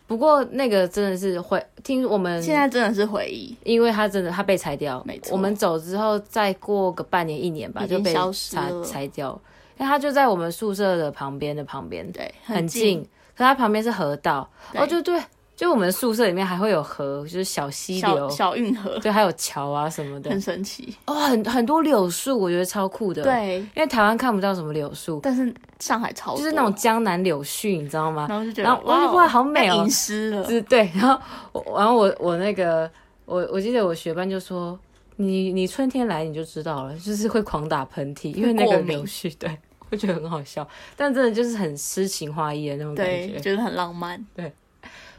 [SPEAKER 2] 不过那个真的是回听我们
[SPEAKER 3] 现在真的是回忆，
[SPEAKER 2] 因为它真的它被裁掉，
[SPEAKER 3] 没错
[SPEAKER 2] 我们走之后再过个半年一年吧，
[SPEAKER 3] 已
[SPEAKER 2] 就
[SPEAKER 3] 经
[SPEAKER 2] 被
[SPEAKER 3] 消失
[SPEAKER 2] 裁
[SPEAKER 3] 了
[SPEAKER 2] 裁掉。因为它就在我们宿舍的旁边的旁边，
[SPEAKER 3] 对，
[SPEAKER 2] 很
[SPEAKER 3] 近，
[SPEAKER 2] 近。可它旁边是河道，
[SPEAKER 3] 对
[SPEAKER 2] 哦，就对，就我们宿舍里面还会有河，就是小溪
[SPEAKER 3] 小
[SPEAKER 2] 流，
[SPEAKER 3] 小运河，
[SPEAKER 2] 对，还有桥啊什么的
[SPEAKER 3] 很。神奇。
[SPEAKER 2] 哦，很很多柳树，我觉得超酷的。，
[SPEAKER 3] 对，
[SPEAKER 2] 因为台湾看不到什么柳树，
[SPEAKER 3] 但是上海超
[SPEAKER 2] 就是
[SPEAKER 3] 多
[SPEAKER 2] 那种，江南柳絮，你知道吗？
[SPEAKER 3] 然后就觉得
[SPEAKER 2] 然后哇
[SPEAKER 3] 哦
[SPEAKER 2] 哇好美哦
[SPEAKER 3] 被吟诗了，
[SPEAKER 2] 是对，然后我，然后我我那个我我记得我学班就说，你你春天来你就知道了，就是会狂打喷嚏，因为那
[SPEAKER 3] 过
[SPEAKER 2] 个
[SPEAKER 3] 敏
[SPEAKER 2] 柳絮，对 我觉得很好笑，但真的就是很诗情画意的那种感
[SPEAKER 3] 对，
[SPEAKER 2] 觉。
[SPEAKER 3] 觉得很浪漫。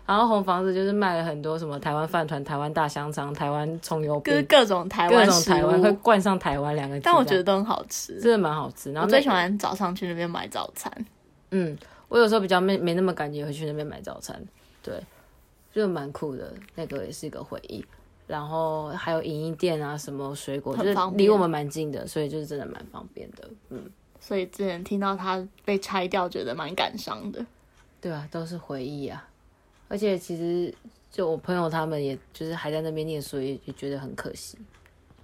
[SPEAKER 2] 然后红房子就是卖了很多什么台湾饭团、台湾大香肠、台湾葱油
[SPEAKER 3] 就是
[SPEAKER 2] 饼，
[SPEAKER 3] 各种台
[SPEAKER 2] 各
[SPEAKER 3] 湾
[SPEAKER 2] 种
[SPEAKER 3] 食
[SPEAKER 2] 台湾会
[SPEAKER 3] 物，
[SPEAKER 2] 冠上台湾两个字这
[SPEAKER 3] 但
[SPEAKER 2] 样，
[SPEAKER 3] 我觉得都很好吃。
[SPEAKER 2] 真的蛮好吃。然
[SPEAKER 3] 我
[SPEAKER 2] 后
[SPEAKER 3] 最
[SPEAKER 2] 那
[SPEAKER 3] 喜欢早上去那边买早餐，
[SPEAKER 2] 嗯，我有时候比较没没那么感觉会去那边买早餐，对，就蛮酷的，那个也是一个回忆。然后还有影音店啊，什么水果，就
[SPEAKER 3] 很
[SPEAKER 2] 是
[SPEAKER 3] 方便
[SPEAKER 2] 离我们蛮近的，所以就是真的蛮方便的。嗯，
[SPEAKER 3] 所以之前听到它被拆掉，觉得蛮感伤的。
[SPEAKER 2] 对啊，都是回忆啊。而且其实就我朋友他们，也就是还在那边念书，也也觉得很可惜，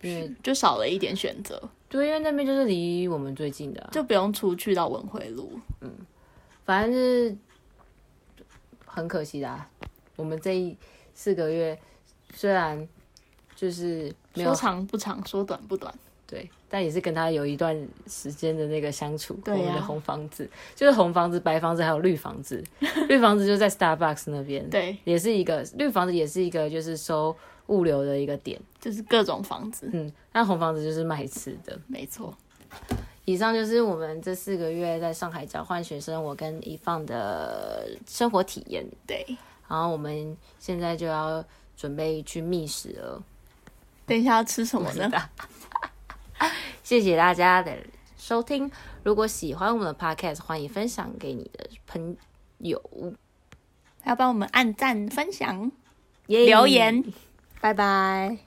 [SPEAKER 2] 因为
[SPEAKER 3] 就少了一点选择，
[SPEAKER 2] 对，因为那边就是离我们最近的、啊，
[SPEAKER 3] 就不用出去到文汇路。
[SPEAKER 2] 反正就是很可惜啦。我们这一四个月虽然就是没有
[SPEAKER 3] 说长不长，说短不短，
[SPEAKER 2] 对，但也是跟他有一段时间的那个相处。
[SPEAKER 3] 对啊
[SPEAKER 2] 我们的红房子就是红房子、白房子还有绿房子，绿房子就在 Starbucks 那边，，
[SPEAKER 3] 对，
[SPEAKER 2] 也是一个绿房子，也是一个就是收物流的一个点。
[SPEAKER 3] 就是各种房子，
[SPEAKER 2] 嗯，那红房子就是卖吃的。
[SPEAKER 3] 没错。
[SPEAKER 2] 以上就是我们这四个月在上海交换学生，我跟一放的生活体验。
[SPEAKER 3] 对，
[SPEAKER 2] 然后我们现在就要准备去觅食了。
[SPEAKER 3] 等一下要吃 什么呢？
[SPEAKER 2] 谢谢大家的收听，如果喜欢我们的 podcast，欢迎分享给你的朋友，
[SPEAKER 3] 要帮我们按赞、分享、
[SPEAKER 2] 耶
[SPEAKER 3] 留言，拜拜。